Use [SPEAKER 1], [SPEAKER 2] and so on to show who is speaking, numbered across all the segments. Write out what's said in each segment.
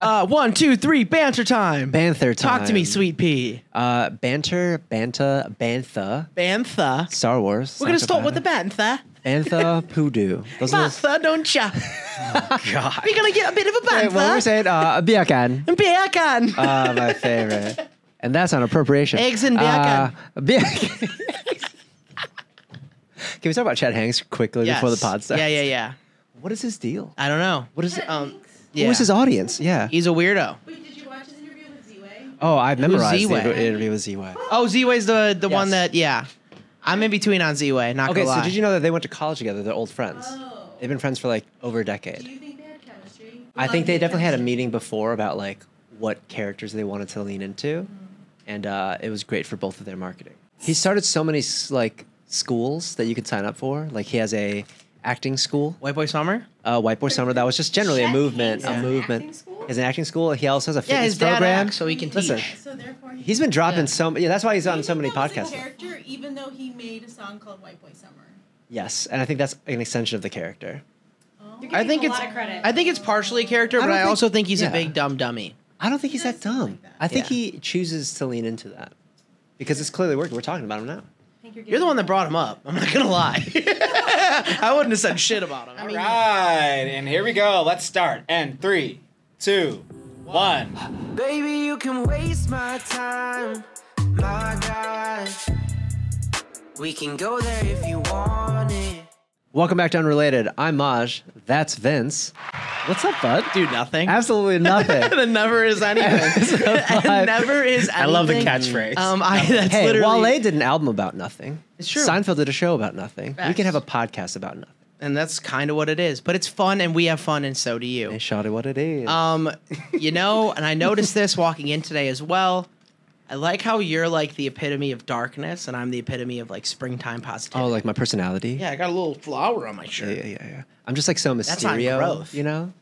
[SPEAKER 1] Uh, one, two, three, banter time.
[SPEAKER 2] Banther time.
[SPEAKER 1] Talk to me, sweet pea.
[SPEAKER 2] Uh, banter, banta, bantha,
[SPEAKER 1] Bantha.
[SPEAKER 2] Star Wars.
[SPEAKER 1] We're gonna
[SPEAKER 2] Soccer
[SPEAKER 1] start with the
[SPEAKER 2] planet.
[SPEAKER 1] bantha.
[SPEAKER 2] bantha poodoo. Those are those-
[SPEAKER 1] Bantha, don't ya?
[SPEAKER 2] God.
[SPEAKER 1] We're gonna get a bit of a
[SPEAKER 2] Wait, what was
[SPEAKER 1] bantha.
[SPEAKER 2] it? Uh, biakan.
[SPEAKER 1] and Biakan.
[SPEAKER 2] Ah, my favorite. And that's an appropriation.
[SPEAKER 1] Eggs and biakan.
[SPEAKER 2] Uh, biakan. Can we talk about Chad Hanks quickly before the
[SPEAKER 1] Yes.
[SPEAKER 2] pod starts?
[SPEAKER 1] Yeah, yeah, yeah.
[SPEAKER 2] What is his deal?
[SPEAKER 1] I don't know. What is
[SPEAKER 3] Chad
[SPEAKER 1] um?
[SPEAKER 3] Hanks?
[SPEAKER 1] Yeah.
[SPEAKER 2] Who is his audience? Yeah.
[SPEAKER 1] He's a weirdo.
[SPEAKER 3] Wait, did you watch his interview with Z-Way?
[SPEAKER 2] Oh, I memorized
[SPEAKER 1] Z-Way?
[SPEAKER 2] the interview with Z-Way.
[SPEAKER 1] Oh, Z-Way's the the one
[SPEAKER 2] Yes.
[SPEAKER 1] that yeah. I'm in between on Z-Way. Not
[SPEAKER 2] Okay,
[SPEAKER 1] gonna lie.
[SPEAKER 2] so did you know that they went to college together? They're old friends.
[SPEAKER 3] Oh.
[SPEAKER 2] They've been friends for like over a
[SPEAKER 3] Do
[SPEAKER 2] decade.
[SPEAKER 3] you think they had chemistry?
[SPEAKER 2] I think they definitely had a
[SPEAKER 3] meeting.
[SPEAKER 2] meeting before about like what characters they wanted to lean into, and uh, it was great for both of their marketing. He started so many s- like schools that you could sign up for. Like he has a acting school,
[SPEAKER 1] White Boy Summer?
[SPEAKER 2] uh, White Boy Summer. That was just generally a
[SPEAKER 3] Chet
[SPEAKER 2] movement.
[SPEAKER 3] Hanks
[SPEAKER 2] A
[SPEAKER 3] has an
[SPEAKER 2] movement.
[SPEAKER 3] acting school?
[SPEAKER 2] He has an acting school. He also has a fitness
[SPEAKER 1] Yeah, his dad
[SPEAKER 2] program.
[SPEAKER 1] acts, so he can
[SPEAKER 2] Listen,
[SPEAKER 1] teach.
[SPEAKER 3] So therefore, he
[SPEAKER 2] He's been dropping
[SPEAKER 1] Yeah.
[SPEAKER 2] so. Yeah, that's why he's on so many
[SPEAKER 3] that was a
[SPEAKER 2] podcasts.
[SPEAKER 3] character, even though he made a song called White Boy Summer.
[SPEAKER 2] Yes, and I think that's an extension of the character.
[SPEAKER 3] Oh.
[SPEAKER 1] I think
[SPEAKER 3] a
[SPEAKER 1] it's
[SPEAKER 3] lot of credit.
[SPEAKER 1] I think it's partially character,
[SPEAKER 2] I
[SPEAKER 1] but
[SPEAKER 2] don't
[SPEAKER 1] I
[SPEAKER 2] think-
[SPEAKER 1] also think he's
[SPEAKER 2] yeah.
[SPEAKER 1] a big dumb dummy.
[SPEAKER 2] I don't think he's
[SPEAKER 3] does
[SPEAKER 2] that
[SPEAKER 3] seem
[SPEAKER 2] dumb.
[SPEAKER 3] like that.
[SPEAKER 2] I think
[SPEAKER 1] Yeah.
[SPEAKER 2] he chooses to lean into that because it's clearly working. We're talking about him now.
[SPEAKER 3] I think
[SPEAKER 1] You're the one that
[SPEAKER 3] getting-
[SPEAKER 1] brought him up. I'm not gonna lie. I wouldn't have said shit about him. I
[SPEAKER 4] All
[SPEAKER 1] mean,
[SPEAKER 4] right, and here we go. Let's start. And three, two, one.
[SPEAKER 5] Baby, you can waste my time, my God. We can go there if you want it.
[SPEAKER 2] Welcome back to Unrelated. I'm Maj. That's Vince. What's up, bud?
[SPEAKER 1] do nothing.
[SPEAKER 2] Absolutely nothing.
[SPEAKER 1] the never is anything.
[SPEAKER 2] Five.
[SPEAKER 1] never is anything.
[SPEAKER 4] I love the catchphrase.
[SPEAKER 1] Um, I, that's
[SPEAKER 2] hey,
[SPEAKER 1] literally,
[SPEAKER 2] Wale did an album about nothing.
[SPEAKER 1] It's true.
[SPEAKER 2] Seinfeld did a show about nothing. We
[SPEAKER 1] Facts.
[SPEAKER 2] can have a podcast about nothing.
[SPEAKER 1] and that's kind of what it is. But it's fun, and we have fun, and so do you.
[SPEAKER 2] They shot it what it is.
[SPEAKER 1] Um, you know, and I noticed this walking in today as well. I like how you're like the epitome of darkness, and I'm the epitome of like springtime positivity.
[SPEAKER 2] oh, like my personality.
[SPEAKER 1] yeah, I got a little flower on my shirt.
[SPEAKER 2] yeah, yeah, yeah, yeah. I'm just like so
[SPEAKER 1] That's not
[SPEAKER 2] Mysterio.
[SPEAKER 1] growth.
[SPEAKER 2] You know,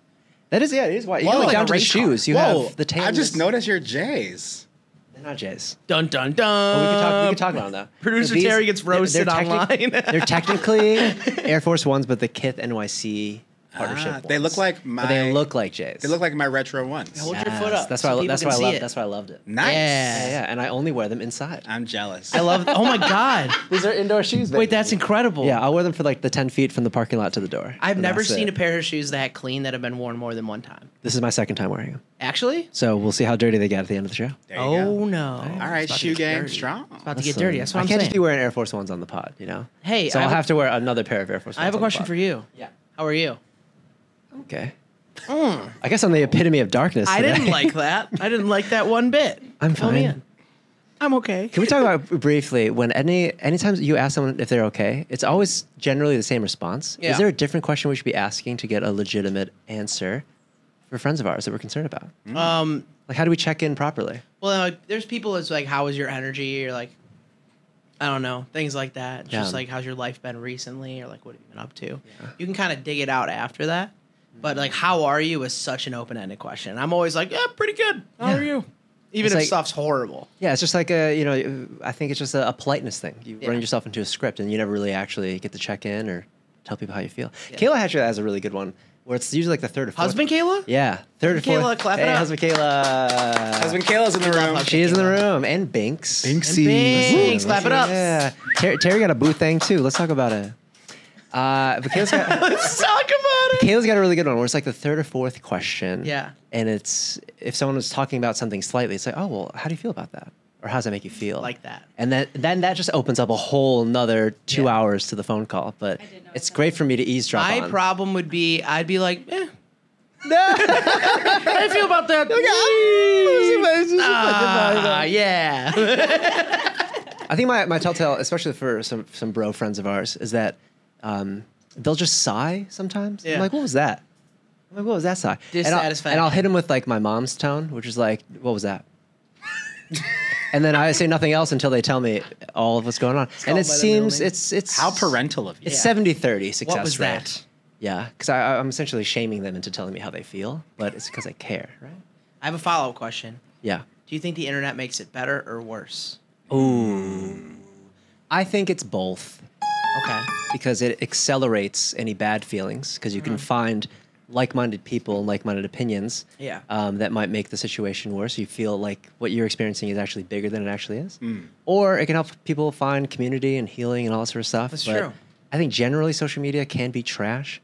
[SPEAKER 2] that is yeah. It is why you
[SPEAKER 4] Whoa.
[SPEAKER 2] know, like
[SPEAKER 4] Like
[SPEAKER 2] down
[SPEAKER 1] a
[SPEAKER 2] to the
[SPEAKER 1] race car.
[SPEAKER 2] shoes. You
[SPEAKER 4] Whoa,
[SPEAKER 2] have the tail.
[SPEAKER 4] I just noticed your J's.
[SPEAKER 2] They're not Jays.
[SPEAKER 1] Dun dun
[SPEAKER 2] But
[SPEAKER 1] dun.
[SPEAKER 2] Oh, we can talk. We can talk about them. though.
[SPEAKER 1] Um, Producer
[SPEAKER 2] These-
[SPEAKER 1] Terry gets
[SPEAKER 2] they're- they're
[SPEAKER 1] roasted
[SPEAKER 2] technic-
[SPEAKER 1] online.
[SPEAKER 2] they're technically Air Force Ones, but the Kith NYC partnership.
[SPEAKER 4] Ah, they look
[SPEAKER 2] ones.
[SPEAKER 4] like my.
[SPEAKER 2] But they look like Jays.
[SPEAKER 4] They look like my retro ones.
[SPEAKER 1] Hold your foot up
[SPEAKER 2] That's
[SPEAKER 1] so
[SPEAKER 2] why. I,
[SPEAKER 1] people
[SPEAKER 2] that's
[SPEAKER 1] can
[SPEAKER 2] why I
[SPEAKER 1] see
[SPEAKER 2] loved.
[SPEAKER 1] it.
[SPEAKER 2] That's why I loved it.
[SPEAKER 4] Nice.
[SPEAKER 1] Yeah.
[SPEAKER 2] Yeah, yeah, and I only wear them inside.
[SPEAKER 4] I'm jealous.
[SPEAKER 1] I love. Oh my god.
[SPEAKER 2] These are indoor shoes.
[SPEAKER 1] Wait, that's incredible.
[SPEAKER 2] Yeah, I'll wear them for like the ten feet from the parking lot to the door.
[SPEAKER 1] I've
[SPEAKER 2] And
[SPEAKER 1] never
[SPEAKER 2] that's
[SPEAKER 1] seen
[SPEAKER 2] it.
[SPEAKER 1] a pair of shoes that clean that have been worn more than one time.
[SPEAKER 2] This is my second time wearing them,
[SPEAKER 1] Actually?
[SPEAKER 2] so we'll see how dirty they get at the end of the show.
[SPEAKER 4] There you
[SPEAKER 1] Oh
[SPEAKER 4] go.
[SPEAKER 1] no.
[SPEAKER 4] All right, shoe game strong.
[SPEAKER 1] It's about to get dirty. That's what
[SPEAKER 2] I
[SPEAKER 1] I'm
[SPEAKER 2] can't
[SPEAKER 1] saying.
[SPEAKER 2] just be wearing Air Force Ones on the pod, you know.
[SPEAKER 1] Hey,
[SPEAKER 2] so
[SPEAKER 1] I
[SPEAKER 2] I'll
[SPEAKER 1] have a-
[SPEAKER 2] have to wear another pair of Air Force.
[SPEAKER 1] I have a question for you.
[SPEAKER 2] Yeah.
[SPEAKER 1] How are you?
[SPEAKER 2] Okay. I guess I'm the epitome of darkness.
[SPEAKER 1] Hmm. I
[SPEAKER 2] today.
[SPEAKER 1] didn't like that. I didn't like that one bit.
[SPEAKER 2] I'm
[SPEAKER 1] Fill me
[SPEAKER 2] fine.
[SPEAKER 1] in. I'm okay.
[SPEAKER 2] Can we talk about briefly when any anytime you ask someone if they're okay, it's always generally the same response.
[SPEAKER 1] Yeah.
[SPEAKER 2] Is there a different question we should be asking to get a legitimate answer for friends of ours that we're concerned about?
[SPEAKER 1] Um,
[SPEAKER 2] Like, how do we check in properly?
[SPEAKER 1] well, like, there's people that's like, how was your energy? You're like, I don't know, things like that. It's Just
[SPEAKER 2] Yeah.
[SPEAKER 1] like, how's your life been recently? Or like, what have you been up to? You can kind of dig it out after that. But like, how are you is such an open ended question. I'm always like, yeah, pretty good. How are you? Even
[SPEAKER 2] It's
[SPEAKER 1] if
[SPEAKER 2] like-
[SPEAKER 1] stuff's horrible.
[SPEAKER 2] Yeah, it's just like a you know, I think it's just a, a politeness thing. You
[SPEAKER 1] Yeah.
[SPEAKER 2] run yourself into a script, and you never really actually get to check in or tell people how you feel.
[SPEAKER 1] Yeah.
[SPEAKER 2] Kayla Hatcher has a really good one where it's usually like the third or fourth.
[SPEAKER 1] Husband Kayla?
[SPEAKER 2] Yeah, third or
[SPEAKER 1] Kayla,
[SPEAKER 2] fourth.
[SPEAKER 1] clap it
[SPEAKER 2] hey,
[SPEAKER 1] up.
[SPEAKER 2] husband Kayla.
[SPEAKER 4] Husband Kayla's in the room.
[SPEAKER 1] Husband
[SPEAKER 2] She is in the room, and Binks.
[SPEAKER 1] And Binks, clap it up.
[SPEAKER 2] Yeah. Ter- Terry got a boo thing too. Let's talk about it. Uh, but Kayla's got,
[SPEAKER 1] Let's talk about it.
[SPEAKER 2] Kayla's got a really good one where it's like the third or fourth question.
[SPEAKER 1] Yeah.
[SPEAKER 2] And it's if someone was talking about something slightly, it's like, oh, well, how do you feel about that? Or how does that make you feel?
[SPEAKER 1] Like that.
[SPEAKER 2] And then, then that just opens up a whole nother two
[SPEAKER 1] Yeah.
[SPEAKER 2] hours to the phone call. But
[SPEAKER 3] did notice
[SPEAKER 2] it's
[SPEAKER 3] that.
[SPEAKER 2] great for me to eavesdrop
[SPEAKER 1] My
[SPEAKER 2] on.
[SPEAKER 1] problem would be, I'd be like, eh. How do you feel about that? Ah, yeah.
[SPEAKER 2] I think my, my telltale, especially for some, some bro friends of ours, is that um, they'll just sigh sometimes.
[SPEAKER 1] Yeah.
[SPEAKER 2] I'm like, what was that? I'm like, what was that sigh? And I'll,
[SPEAKER 1] Dissatisfaction.
[SPEAKER 2] and I'll hit him with like my mom's tone, which is like, what was that? and then I say nothing else until they tell me all of what's going on. and
[SPEAKER 1] called
[SPEAKER 2] it
[SPEAKER 1] by their
[SPEAKER 2] seems
[SPEAKER 1] middle name.
[SPEAKER 2] it's it's
[SPEAKER 4] How parental of you.
[SPEAKER 2] It's
[SPEAKER 1] Yeah.
[SPEAKER 2] 70 30 success
[SPEAKER 1] What was
[SPEAKER 2] rate.
[SPEAKER 1] that?
[SPEAKER 2] Yeah, because I'm essentially shaming them into telling me how they feel, but it's because I care, right?
[SPEAKER 1] I have a follow up question.
[SPEAKER 2] Yeah.
[SPEAKER 1] Do you think the internet makes it better or worse?
[SPEAKER 2] Ooh. I think it's both.
[SPEAKER 1] Okay. Mm-hmm.
[SPEAKER 2] because it accelerates any bad feelings because you can find like-minded people and like-minded opinions
[SPEAKER 1] Yeah.
[SPEAKER 2] um, that might make the situation worse. You feel like what you're experiencing is actually bigger than it actually is,
[SPEAKER 1] Mm.
[SPEAKER 2] or it can help people find community and healing and all that sort of stuff.
[SPEAKER 1] That's
[SPEAKER 2] But
[SPEAKER 1] true.
[SPEAKER 2] I think generally social media can be trash,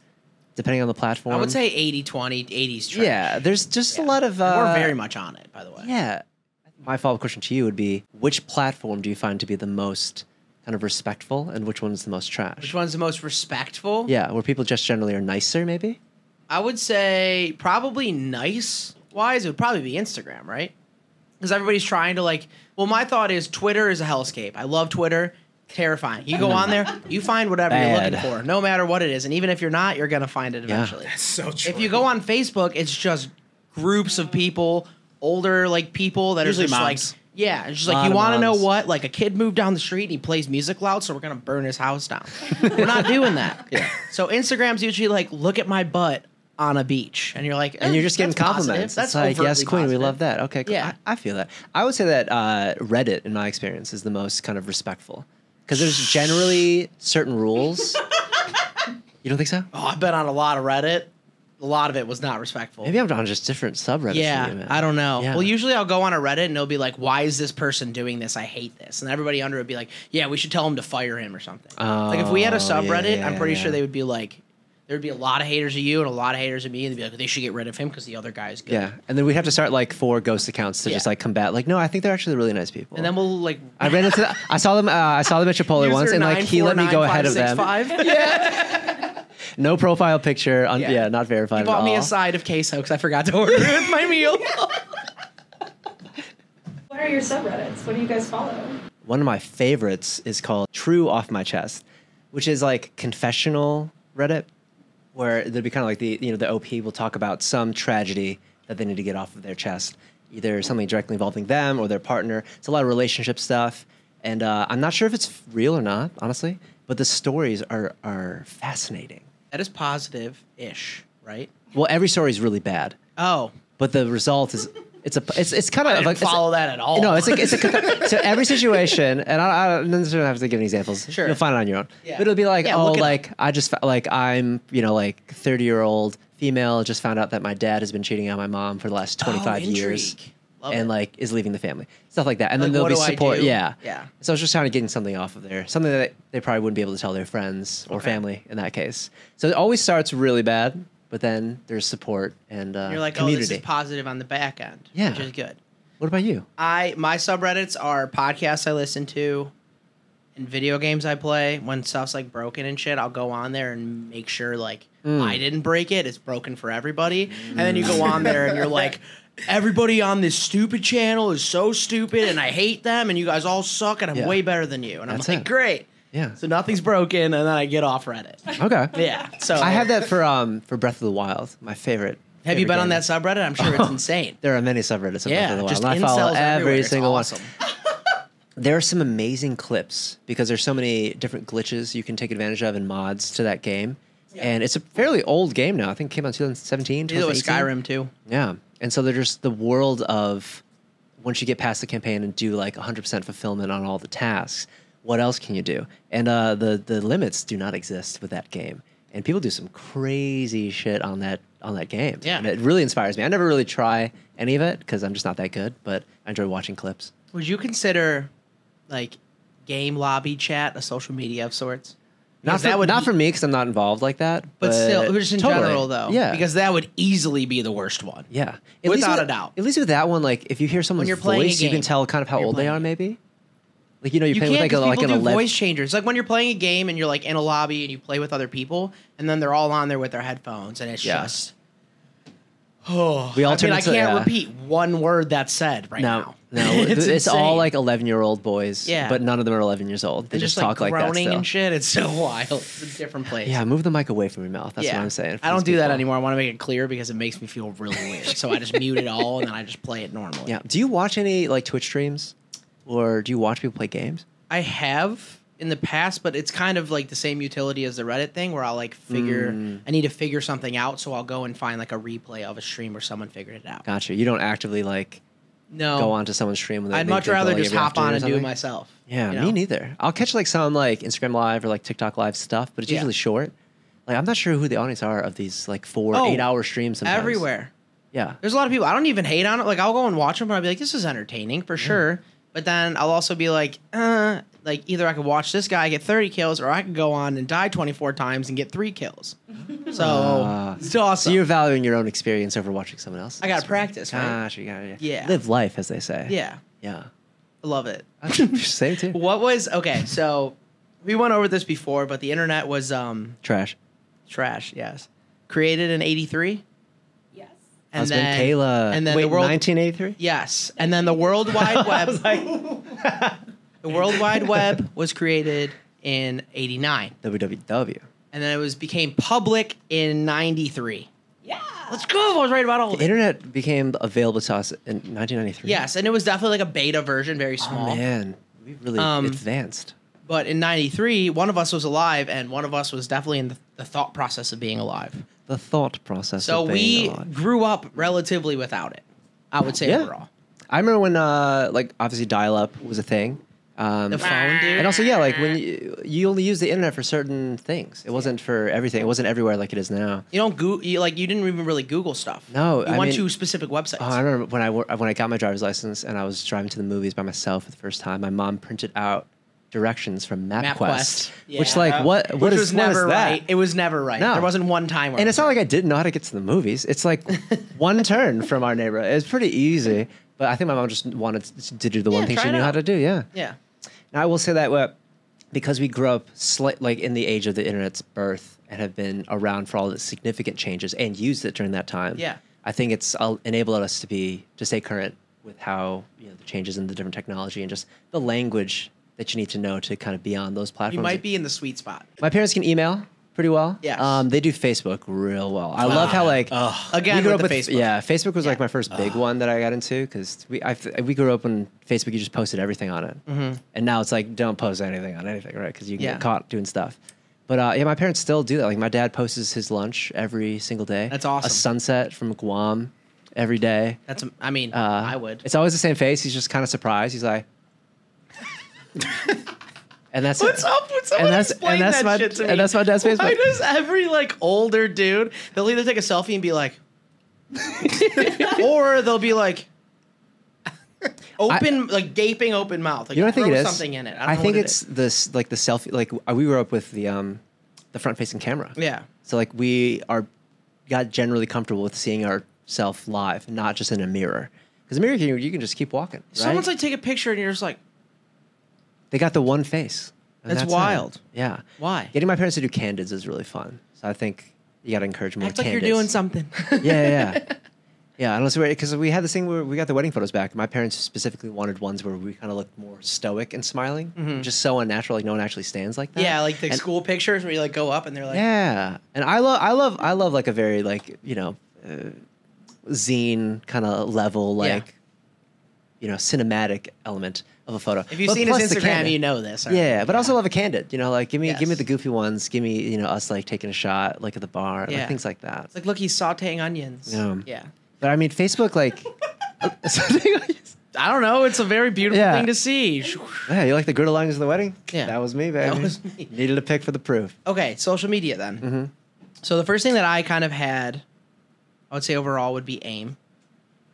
[SPEAKER 2] depending on the platform.
[SPEAKER 1] I would say 80 20, 80s trash.
[SPEAKER 2] Um, yeah. There's just a
[SPEAKER 1] Yeah.
[SPEAKER 2] lot of
[SPEAKER 1] And
[SPEAKER 2] uh,
[SPEAKER 1] we're very much on it, by the way.
[SPEAKER 2] yeah. My follow-up question to you would be: Which platform do you find to be the most kind of respectful, and which one's the most trash?
[SPEAKER 1] Which one's the most respectful?
[SPEAKER 2] Yeah, where people just generally are nicer, maybe.
[SPEAKER 1] I would say probably nice wise, it would probably be Instagram, right? Because everybody's trying to like. Well, my thought is Twitter is a hellscape. I love Twitter. Terrifying. You go on there, you find whatever
[SPEAKER 2] Bad.
[SPEAKER 1] you're looking for, no matter what it is, and even if you're not, you're gonna find it
[SPEAKER 2] Yeah.
[SPEAKER 1] eventually.
[SPEAKER 4] So true.
[SPEAKER 1] If you go on Facebook, it's just groups of people, older like people that
[SPEAKER 4] Usually
[SPEAKER 1] are just
[SPEAKER 4] moms.
[SPEAKER 1] like, yeah, it's just
[SPEAKER 2] Lot
[SPEAKER 1] like you
[SPEAKER 2] of
[SPEAKER 1] want to know
[SPEAKER 2] moms.
[SPEAKER 1] what? Like a kid moved down the street and he plays music loud, so we're gonna burn his house down. we're not doing that. Yeah. So Instagram's usually like, look at my butt on a beach, and you're like,
[SPEAKER 2] And
[SPEAKER 1] eh,
[SPEAKER 2] you're just getting
[SPEAKER 1] that's positive.
[SPEAKER 2] compliments.
[SPEAKER 1] That's
[SPEAKER 2] That's like, yes,
[SPEAKER 1] overtly
[SPEAKER 2] queen, we
[SPEAKER 1] positive.
[SPEAKER 2] love that. Okay, cool.
[SPEAKER 1] Yeah.
[SPEAKER 2] I, I feel that. I would say that uh, Reddit, in my experience, is the most kind of respectful because there's generally certain rules. you don't think so?
[SPEAKER 1] Oh, I've been on a lot of Reddit. A lot of it was not respectful.
[SPEAKER 2] Maybe I'm on just different subreddits. from you,
[SPEAKER 1] Yeah,
[SPEAKER 2] man.
[SPEAKER 1] I don't know.
[SPEAKER 2] Yeah.
[SPEAKER 1] Well, usually I'll go on a Reddit and it'll be like, "Why is this person doing this? I hate this." And everybody under it would be like, "Yeah, we should tell him to fire him or something." like if we had a
[SPEAKER 2] Oh, yeah,
[SPEAKER 1] subreddit,
[SPEAKER 2] yeah,
[SPEAKER 1] I'm pretty
[SPEAKER 2] yeah.
[SPEAKER 1] sure they would be like, "There would be a lot of haters of you and a lot of haters of me," and they'd be like, "They should get rid of him because the other guy is good."
[SPEAKER 2] Yeah, and then we'd have to start like four ghost accounts to just
[SPEAKER 1] Yeah.
[SPEAKER 2] like combat. Like, no, I think they're actually really nice people.
[SPEAKER 1] and then we'll like.
[SPEAKER 2] I ran into. The, I saw them. Uh, I saw them at Chipotle
[SPEAKER 1] user
[SPEAKER 2] once, and like he let me go ahead of them.
[SPEAKER 1] 949565. yeah,
[SPEAKER 2] No profile picture. Un- yeah.
[SPEAKER 1] Yeah.
[SPEAKER 2] not verified.
[SPEAKER 1] he
[SPEAKER 2] at
[SPEAKER 1] bought me a
[SPEAKER 2] all.
[SPEAKER 1] side of queso because I forgot to order it with my meal.
[SPEAKER 6] What are your subreddits? What do you guys follow?
[SPEAKER 2] one of my favorites is called True Off My Chest, which is like confessional Reddit, where there'd be kind of like the you know the OP will talk about some tragedy that they need to get off of their chest, either something directly involving them or their partner. It's a lot of relationship stuff, and uh, I'm not sure if it's real or not, honestly. But the stories are are fascinating.
[SPEAKER 1] that is positive-ish, right?
[SPEAKER 2] Well, every story is really bad,
[SPEAKER 1] Oh,
[SPEAKER 2] but the result is it's a it's it's kind of
[SPEAKER 1] I didn't
[SPEAKER 2] like it's a-
[SPEAKER 1] follow that at all.
[SPEAKER 2] no, it's a, it's a so every situation, and I, I don't necessarily have to give any examples.
[SPEAKER 1] Sure.
[SPEAKER 2] you'll find it on your own.
[SPEAKER 1] Yeah.
[SPEAKER 2] But it'll be like,
[SPEAKER 1] Yeah,
[SPEAKER 2] oh,
[SPEAKER 1] look it up.
[SPEAKER 2] like I just fa- like I'm, you know, like thirty year old female just found out that my dad has been cheating on my mom for the last twenty five years,
[SPEAKER 1] Oh, intrigue. Love
[SPEAKER 2] and
[SPEAKER 1] it.
[SPEAKER 2] like is leaving the family, stuff like that. And
[SPEAKER 1] Like,
[SPEAKER 2] then there'll
[SPEAKER 1] what
[SPEAKER 2] be
[SPEAKER 1] do I
[SPEAKER 2] support.
[SPEAKER 1] do?
[SPEAKER 2] Yeah,
[SPEAKER 1] Yeah.
[SPEAKER 2] So it's just kind of getting something off of there, something that they probably wouldn't be able to tell their friends or
[SPEAKER 1] Okay.
[SPEAKER 2] family in that case. So it always starts really bad, but then there's support and uh,
[SPEAKER 1] you're like,
[SPEAKER 2] community.
[SPEAKER 1] oh, this is positive on the back end.
[SPEAKER 2] Yeah.
[SPEAKER 1] which is good.
[SPEAKER 2] what about you?
[SPEAKER 1] I my subreddits are podcasts I listen to, and video games I play. When stuff's like broken and shit, I'll go on there and make sure like
[SPEAKER 2] Hmm.
[SPEAKER 1] I didn't break it. It's broken for everybody. And then you go on there and you're like. Everybody on this stupid channel is so stupid, and I hate them, and you guys all suck, and I'm
[SPEAKER 2] Yeah.
[SPEAKER 1] way better than you. And I'm
[SPEAKER 2] That's
[SPEAKER 1] like,
[SPEAKER 2] it.
[SPEAKER 1] great.
[SPEAKER 2] Yeah.
[SPEAKER 1] So nothing's broken, and then I get off Reddit.
[SPEAKER 2] Okay.
[SPEAKER 1] Yeah. So
[SPEAKER 2] I had that for um for Breath of the Wild, my favorite.
[SPEAKER 1] uh, Have you
[SPEAKER 2] favorite
[SPEAKER 1] been on
[SPEAKER 2] game.
[SPEAKER 1] that subreddit? I'm sure it's insane.
[SPEAKER 2] There are many subreddits of Breath of
[SPEAKER 1] Yeah,
[SPEAKER 2] the Wild.
[SPEAKER 1] just
[SPEAKER 2] and I follow
[SPEAKER 1] incels everywhere.
[SPEAKER 2] every
[SPEAKER 1] It's
[SPEAKER 2] single
[SPEAKER 1] awesome.
[SPEAKER 2] one. There are some amazing clips because there's so many different glitches you can take advantage of and mods to that game. And it's a fairly old game now. I think it came out in 2017.
[SPEAKER 1] Neither was
[SPEAKER 2] 2018.
[SPEAKER 1] Skyrim too.
[SPEAKER 2] Yeah. And so they're just the world of once you get past the campaign and do like 100% fulfillment on all the tasks, what else can you do? And uh, the the limits do not exist with that game. And people do some crazy shit on that on that game.
[SPEAKER 1] Yeah.
[SPEAKER 2] And it really inspires me. I never really try any of it because I'm just not that good, but I enjoy watching clips.
[SPEAKER 1] Would you consider like game lobby chat a social media of sorts?
[SPEAKER 2] Not
[SPEAKER 1] Because
[SPEAKER 2] for,
[SPEAKER 1] that would
[SPEAKER 2] not
[SPEAKER 1] be-
[SPEAKER 2] for me because I'm not involved like that. But,
[SPEAKER 1] But, still, just in
[SPEAKER 2] totally.
[SPEAKER 1] general though,
[SPEAKER 2] Yeah.
[SPEAKER 1] because that would easily be the worst one.
[SPEAKER 2] Yeah, least
[SPEAKER 1] Without
[SPEAKER 2] with-
[SPEAKER 1] a doubt.
[SPEAKER 2] At least with that one, like if you hear someone's
[SPEAKER 1] you're playing a
[SPEAKER 2] voice, you can
[SPEAKER 1] game.
[SPEAKER 2] tell kind of how
[SPEAKER 1] When you're
[SPEAKER 2] old they
[SPEAKER 1] playing
[SPEAKER 2] are,
[SPEAKER 1] a game.
[SPEAKER 2] maybe. Like you know, you're
[SPEAKER 1] You
[SPEAKER 2] playing
[SPEAKER 1] can't like
[SPEAKER 2] with like a like an
[SPEAKER 1] people do
[SPEAKER 2] 11
[SPEAKER 1] voice changers. Like when you're playing a game and you're like in a lobby and you play with other people, and then they're all on there with their headphones, and it's
[SPEAKER 2] Yeah.
[SPEAKER 1] just oh.
[SPEAKER 2] We all
[SPEAKER 1] I
[SPEAKER 2] turn
[SPEAKER 1] mean, I
[SPEAKER 2] into-
[SPEAKER 1] can't
[SPEAKER 2] yeah.
[SPEAKER 1] repeat one word that's said right
[SPEAKER 2] No,
[SPEAKER 1] now.
[SPEAKER 2] no, it's, all
[SPEAKER 1] insane.
[SPEAKER 2] like 11 year old boys.
[SPEAKER 1] Yeah.
[SPEAKER 2] but none of them are 11 years old. They
[SPEAKER 1] They're
[SPEAKER 2] just, talk like, that
[SPEAKER 1] groaning
[SPEAKER 2] still.
[SPEAKER 1] and shit. It's so wild. It's a different place.
[SPEAKER 2] Yeah, move the mic away from your mouth. That's
[SPEAKER 1] yeah.
[SPEAKER 2] what I'm saying. for
[SPEAKER 1] I don't
[SPEAKER 2] these
[SPEAKER 1] do that
[SPEAKER 2] people.
[SPEAKER 1] anymore. I want to make it clear because it makes me feel really weird. So I just mute it all and then I just play it normally.
[SPEAKER 2] Yeah. Do you watch any like Twitch streams, or do you watch people play games?
[SPEAKER 1] I have in the past, but it's kind of like the same utility as the Reddit thing where I'll like figure
[SPEAKER 2] Mm.
[SPEAKER 1] I need to figure something out, so I'll go and find like a replay of a stream where someone figured it out.
[SPEAKER 2] Gotcha. You don't actively like
[SPEAKER 1] No.
[SPEAKER 2] go onto someone's stream. When they
[SPEAKER 1] I'd
[SPEAKER 2] make
[SPEAKER 1] much
[SPEAKER 2] their bill,
[SPEAKER 1] rather
[SPEAKER 2] like,
[SPEAKER 1] just
[SPEAKER 2] every
[SPEAKER 1] hop on
[SPEAKER 2] afternoon or
[SPEAKER 1] and do it
[SPEAKER 2] something?
[SPEAKER 1] myself.
[SPEAKER 2] Yeah,
[SPEAKER 1] you
[SPEAKER 2] me
[SPEAKER 1] know?
[SPEAKER 2] neither. I'll catch like some like Instagram live or like TikTok live stuff, but it's
[SPEAKER 1] Yeah.
[SPEAKER 2] usually short. Like I'm not sure who the audience are of these like four
[SPEAKER 1] Oh,
[SPEAKER 2] eight hour streams. Sometimes.
[SPEAKER 1] Everywhere.
[SPEAKER 2] Yeah.
[SPEAKER 1] There's a lot of people. I don't even hate on it. Like I'll go and watch them, but I'll be like, this is entertaining for sure. But then I'll also be like, uh, like either I could watch this guy get 30 kills, or I could go on and die 24 times and get three kills. So
[SPEAKER 2] Ah.
[SPEAKER 1] it's awesome.
[SPEAKER 2] So you're valuing your own experience over watching someone else.
[SPEAKER 1] I gotta practice, right?
[SPEAKER 2] Gosh, you gotta,
[SPEAKER 1] Yeah.
[SPEAKER 2] Live life, as they say.
[SPEAKER 1] yeah,
[SPEAKER 2] Yeah.
[SPEAKER 1] I love it.
[SPEAKER 2] Same too.
[SPEAKER 1] what was okay? So we went over this before, but the internet was um
[SPEAKER 2] Trash.
[SPEAKER 1] trash. Yes, created in '83,
[SPEAKER 6] Yes.
[SPEAKER 1] and
[SPEAKER 2] Husband
[SPEAKER 1] then
[SPEAKER 2] Kayla.
[SPEAKER 1] and then
[SPEAKER 2] Wait,
[SPEAKER 1] the world.
[SPEAKER 2] 1983.
[SPEAKER 1] Yes, and then the World Wide Web. the World Wide Web was created in '89,
[SPEAKER 2] WWW.
[SPEAKER 1] and then it was became public in '93.
[SPEAKER 6] Yeah.
[SPEAKER 1] Let's go! I was right about all
[SPEAKER 2] The
[SPEAKER 1] of it.
[SPEAKER 2] internet became available to us in 1993.
[SPEAKER 1] Yes, and it was definitely like a beta version, very small.
[SPEAKER 2] Oh man, we really
[SPEAKER 1] Um,
[SPEAKER 2] advanced.
[SPEAKER 1] But in '93, one of us was alive, and one of us was definitely in the, the thought process of being alive.
[SPEAKER 2] The thought process.
[SPEAKER 1] So
[SPEAKER 2] of being
[SPEAKER 1] we
[SPEAKER 2] alive.
[SPEAKER 1] grew up relatively without it. I would say
[SPEAKER 2] Yeah.
[SPEAKER 1] overall.
[SPEAKER 2] I remember when, uh, like, obviously dial-up was a thing. Um,
[SPEAKER 1] The phone, dude.
[SPEAKER 2] And also, yeah, like when you, you only use the internet for certain things. It wasn't for everything. It wasn't everywhere like it is now.
[SPEAKER 1] You don't go you, like you didn't even really Google stuff.
[SPEAKER 2] No,
[SPEAKER 1] you
[SPEAKER 2] I
[SPEAKER 1] went
[SPEAKER 2] mean-
[SPEAKER 1] to specific websites.
[SPEAKER 2] Oh, I remember when I wor- when I got my driver's license and I was driving to the movies by myself for the first time. My mom printed out directions from MapQuest,
[SPEAKER 1] MapQuest.
[SPEAKER 2] which
[SPEAKER 1] Yeah.
[SPEAKER 2] like what what
[SPEAKER 1] Which
[SPEAKER 2] is
[SPEAKER 1] was
[SPEAKER 2] what is
[SPEAKER 1] never
[SPEAKER 2] that?
[SPEAKER 1] right. It was never right.
[SPEAKER 2] No.
[SPEAKER 1] There wasn't one time where
[SPEAKER 2] And
[SPEAKER 1] it
[SPEAKER 2] it's
[SPEAKER 1] was
[SPEAKER 2] not like I didn't know how to get to the movies. It's like one turn from our neighborhood. It's pretty easy. But I think my mom just wanted to to do the
[SPEAKER 1] Yeah,
[SPEAKER 2] one thing
[SPEAKER 1] try
[SPEAKER 2] she
[SPEAKER 1] it
[SPEAKER 2] knew how
[SPEAKER 1] out.
[SPEAKER 2] to do. Yeah.
[SPEAKER 1] right. yeah.
[SPEAKER 2] And I will say that uh, because we grew up slight, like in the age of the internet's birth and have been around for all the significant changes and used it during that time.
[SPEAKER 1] Yeah.
[SPEAKER 2] I think it's uh, enabled us to be to stay current with how you know the changes in the different technology and just the language that you need to know to kind of be on those platforms.
[SPEAKER 1] You might be in the sweet spot.
[SPEAKER 2] My parents can email pretty well.
[SPEAKER 1] Yes.
[SPEAKER 2] Um, they do Facebook real well. I love how like
[SPEAKER 1] Again,
[SPEAKER 2] we grew
[SPEAKER 1] with
[SPEAKER 2] up
[SPEAKER 1] the
[SPEAKER 2] with
[SPEAKER 1] Facebook. Ah.
[SPEAKER 2] yeah. Facebook was like my first big one that I got into because we I, we grew up on Facebook. You just posted everything on it, and now it's like don't post anything on anything, right? Because you can
[SPEAKER 1] Mm-hmm. Yeah.
[SPEAKER 2] get caught doing stuff. But uh, yeah, my parents still do that. Like my dad posts his lunch every single day.
[SPEAKER 1] That's awesome.
[SPEAKER 2] A sunset from Guam every day.
[SPEAKER 1] That's I mean,
[SPEAKER 2] Uh,
[SPEAKER 1] I would.
[SPEAKER 2] It's always the same face. He's just kind of surprised. He's like, and that's
[SPEAKER 1] What's
[SPEAKER 2] it.
[SPEAKER 1] up with someone
[SPEAKER 2] that's-
[SPEAKER 1] explain
[SPEAKER 2] and that's
[SPEAKER 1] that
[SPEAKER 2] my-
[SPEAKER 1] shit to me?
[SPEAKER 2] and that's my dad's
[SPEAKER 1] Why
[SPEAKER 2] Facebook.
[SPEAKER 1] does every like older dude they'll either take a selfie and be like, or they'll be like, open like gaping open mouth. Like
[SPEAKER 2] You know what I think
[SPEAKER 1] throw
[SPEAKER 2] it is?
[SPEAKER 1] something in it. I, don't
[SPEAKER 2] I
[SPEAKER 1] know
[SPEAKER 2] think
[SPEAKER 1] what it
[SPEAKER 2] it's
[SPEAKER 1] is.
[SPEAKER 2] this like the selfie. Like we grew up with the um, the front facing camera.
[SPEAKER 1] yeah.
[SPEAKER 2] So like we are got generally comfortable with seeing ourself live, not just in a mirror. Because a mirror, you, you can just keep walking. Right?
[SPEAKER 1] Someone's like take a picture and you're just like,
[SPEAKER 2] they got the one face. and
[SPEAKER 1] That's
[SPEAKER 2] it.
[SPEAKER 1] wild.
[SPEAKER 2] Yeah.
[SPEAKER 1] Why?
[SPEAKER 2] Getting my parents to do candids is really fun. So I think you got to encourage more.
[SPEAKER 1] act like you're
[SPEAKER 2] candids.
[SPEAKER 1] doing something.
[SPEAKER 2] yeah, yeah. Yeah, and also because we had this thing where we got the wedding photos back. My parents specifically wanted ones where we kind of looked more stoic and smiling, just so unnatural, like no one actually stands like that.
[SPEAKER 1] Mm-hmm. yeah, like the
[SPEAKER 2] And-
[SPEAKER 1] school pictures where you like go up and they're like,
[SPEAKER 2] yeah, and I love, I love, I love like a very like you know, uh, zine kind of level
[SPEAKER 1] Yeah.
[SPEAKER 2] like, you know, cinematic element of a photo.
[SPEAKER 1] If you've
[SPEAKER 2] But
[SPEAKER 1] seen
[SPEAKER 2] plus
[SPEAKER 1] his
[SPEAKER 2] the
[SPEAKER 1] Instagram,
[SPEAKER 2] candid.
[SPEAKER 1] you know this. already.
[SPEAKER 2] Yeah, but I also love a candid. You know, like give me give me
[SPEAKER 1] Yes.
[SPEAKER 2] the goofy ones. Give me you know us like taking a shot, like at the bar,
[SPEAKER 1] Yeah.
[SPEAKER 2] like things like that.
[SPEAKER 1] It's like, look, he's sautéing onions.
[SPEAKER 2] Yeah.
[SPEAKER 1] yeah.
[SPEAKER 2] But I mean, Facebook like.
[SPEAKER 1] I don't know. It's a very beautiful
[SPEAKER 2] Yeah.
[SPEAKER 1] thing to see.
[SPEAKER 2] Yeah, you like the girdle lines of the wedding?
[SPEAKER 1] Yeah.
[SPEAKER 2] That was me, baby.
[SPEAKER 1] That was me.
[SPEAKER 2] Needed a pick for the proof.
[SPEAKER 1] Okay, social media then.
[SPEAKER 2] Mm-hmm.
[SPEAKER 1] So the first thing that I kind of had, I would say overall, would be AIM.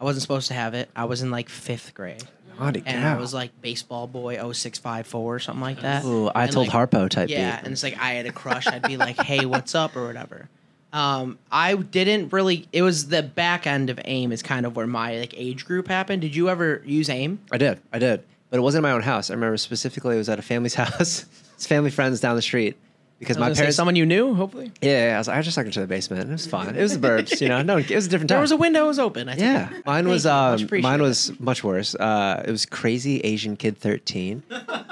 [SPEAKER 1] I wasn't supposed to have it. I was in like fifth grade,
[SPEAKER 2] Naughty
[SPEAKER 1] and
[SPEAKER 2] cow.
[SPEAKER 1] I was like baseball boy oh, 0654 or something like that.
[SPEAKER 2] Ooh, I
[SPEAKER 1] And,
[SPEAKER 2] told
[SPEAKER 1] like,
[SPEAKER 2] Harpo type
[SPEAKER 1] Yeah,
[SPEAKER 2] beat.
[SPEAKER 1] and it's like I had a crush. I'd be like, "Hey, what's up?" or whatever. Um, I didn't really. It was the back end of AIM is kind of where my like age group happened. Did you ever use AIM?
[SPEAKER 2] I did. I did. But it wasn't in my own house. I remember specifically it was at a family's house. it's family friends down the street. Because
[SPEAKER 1] I Oh, was
[SPEAKER 2] my
[SPEAKER 1] gonna say
[SPEAKER 2] parents.
[SPEAKER 1] someone you knew, hopefully.
[SPEAKER 2] yeah, yeah, I was, I was just talking to the basement. It was fine. It was the burbs, you know. No, it was a different time.
[SPEAKER 1] There was a window it was open. I think.
[SPEAKER 2] Yeah, mine was
[SPEAKER 1] Thank you. Much
[SPEAKER 2] um, mine
[SPEAKER 1] appreciated.
[SPEAKER 2] was much worse. Uh, it was crazy Asian kid thirteen,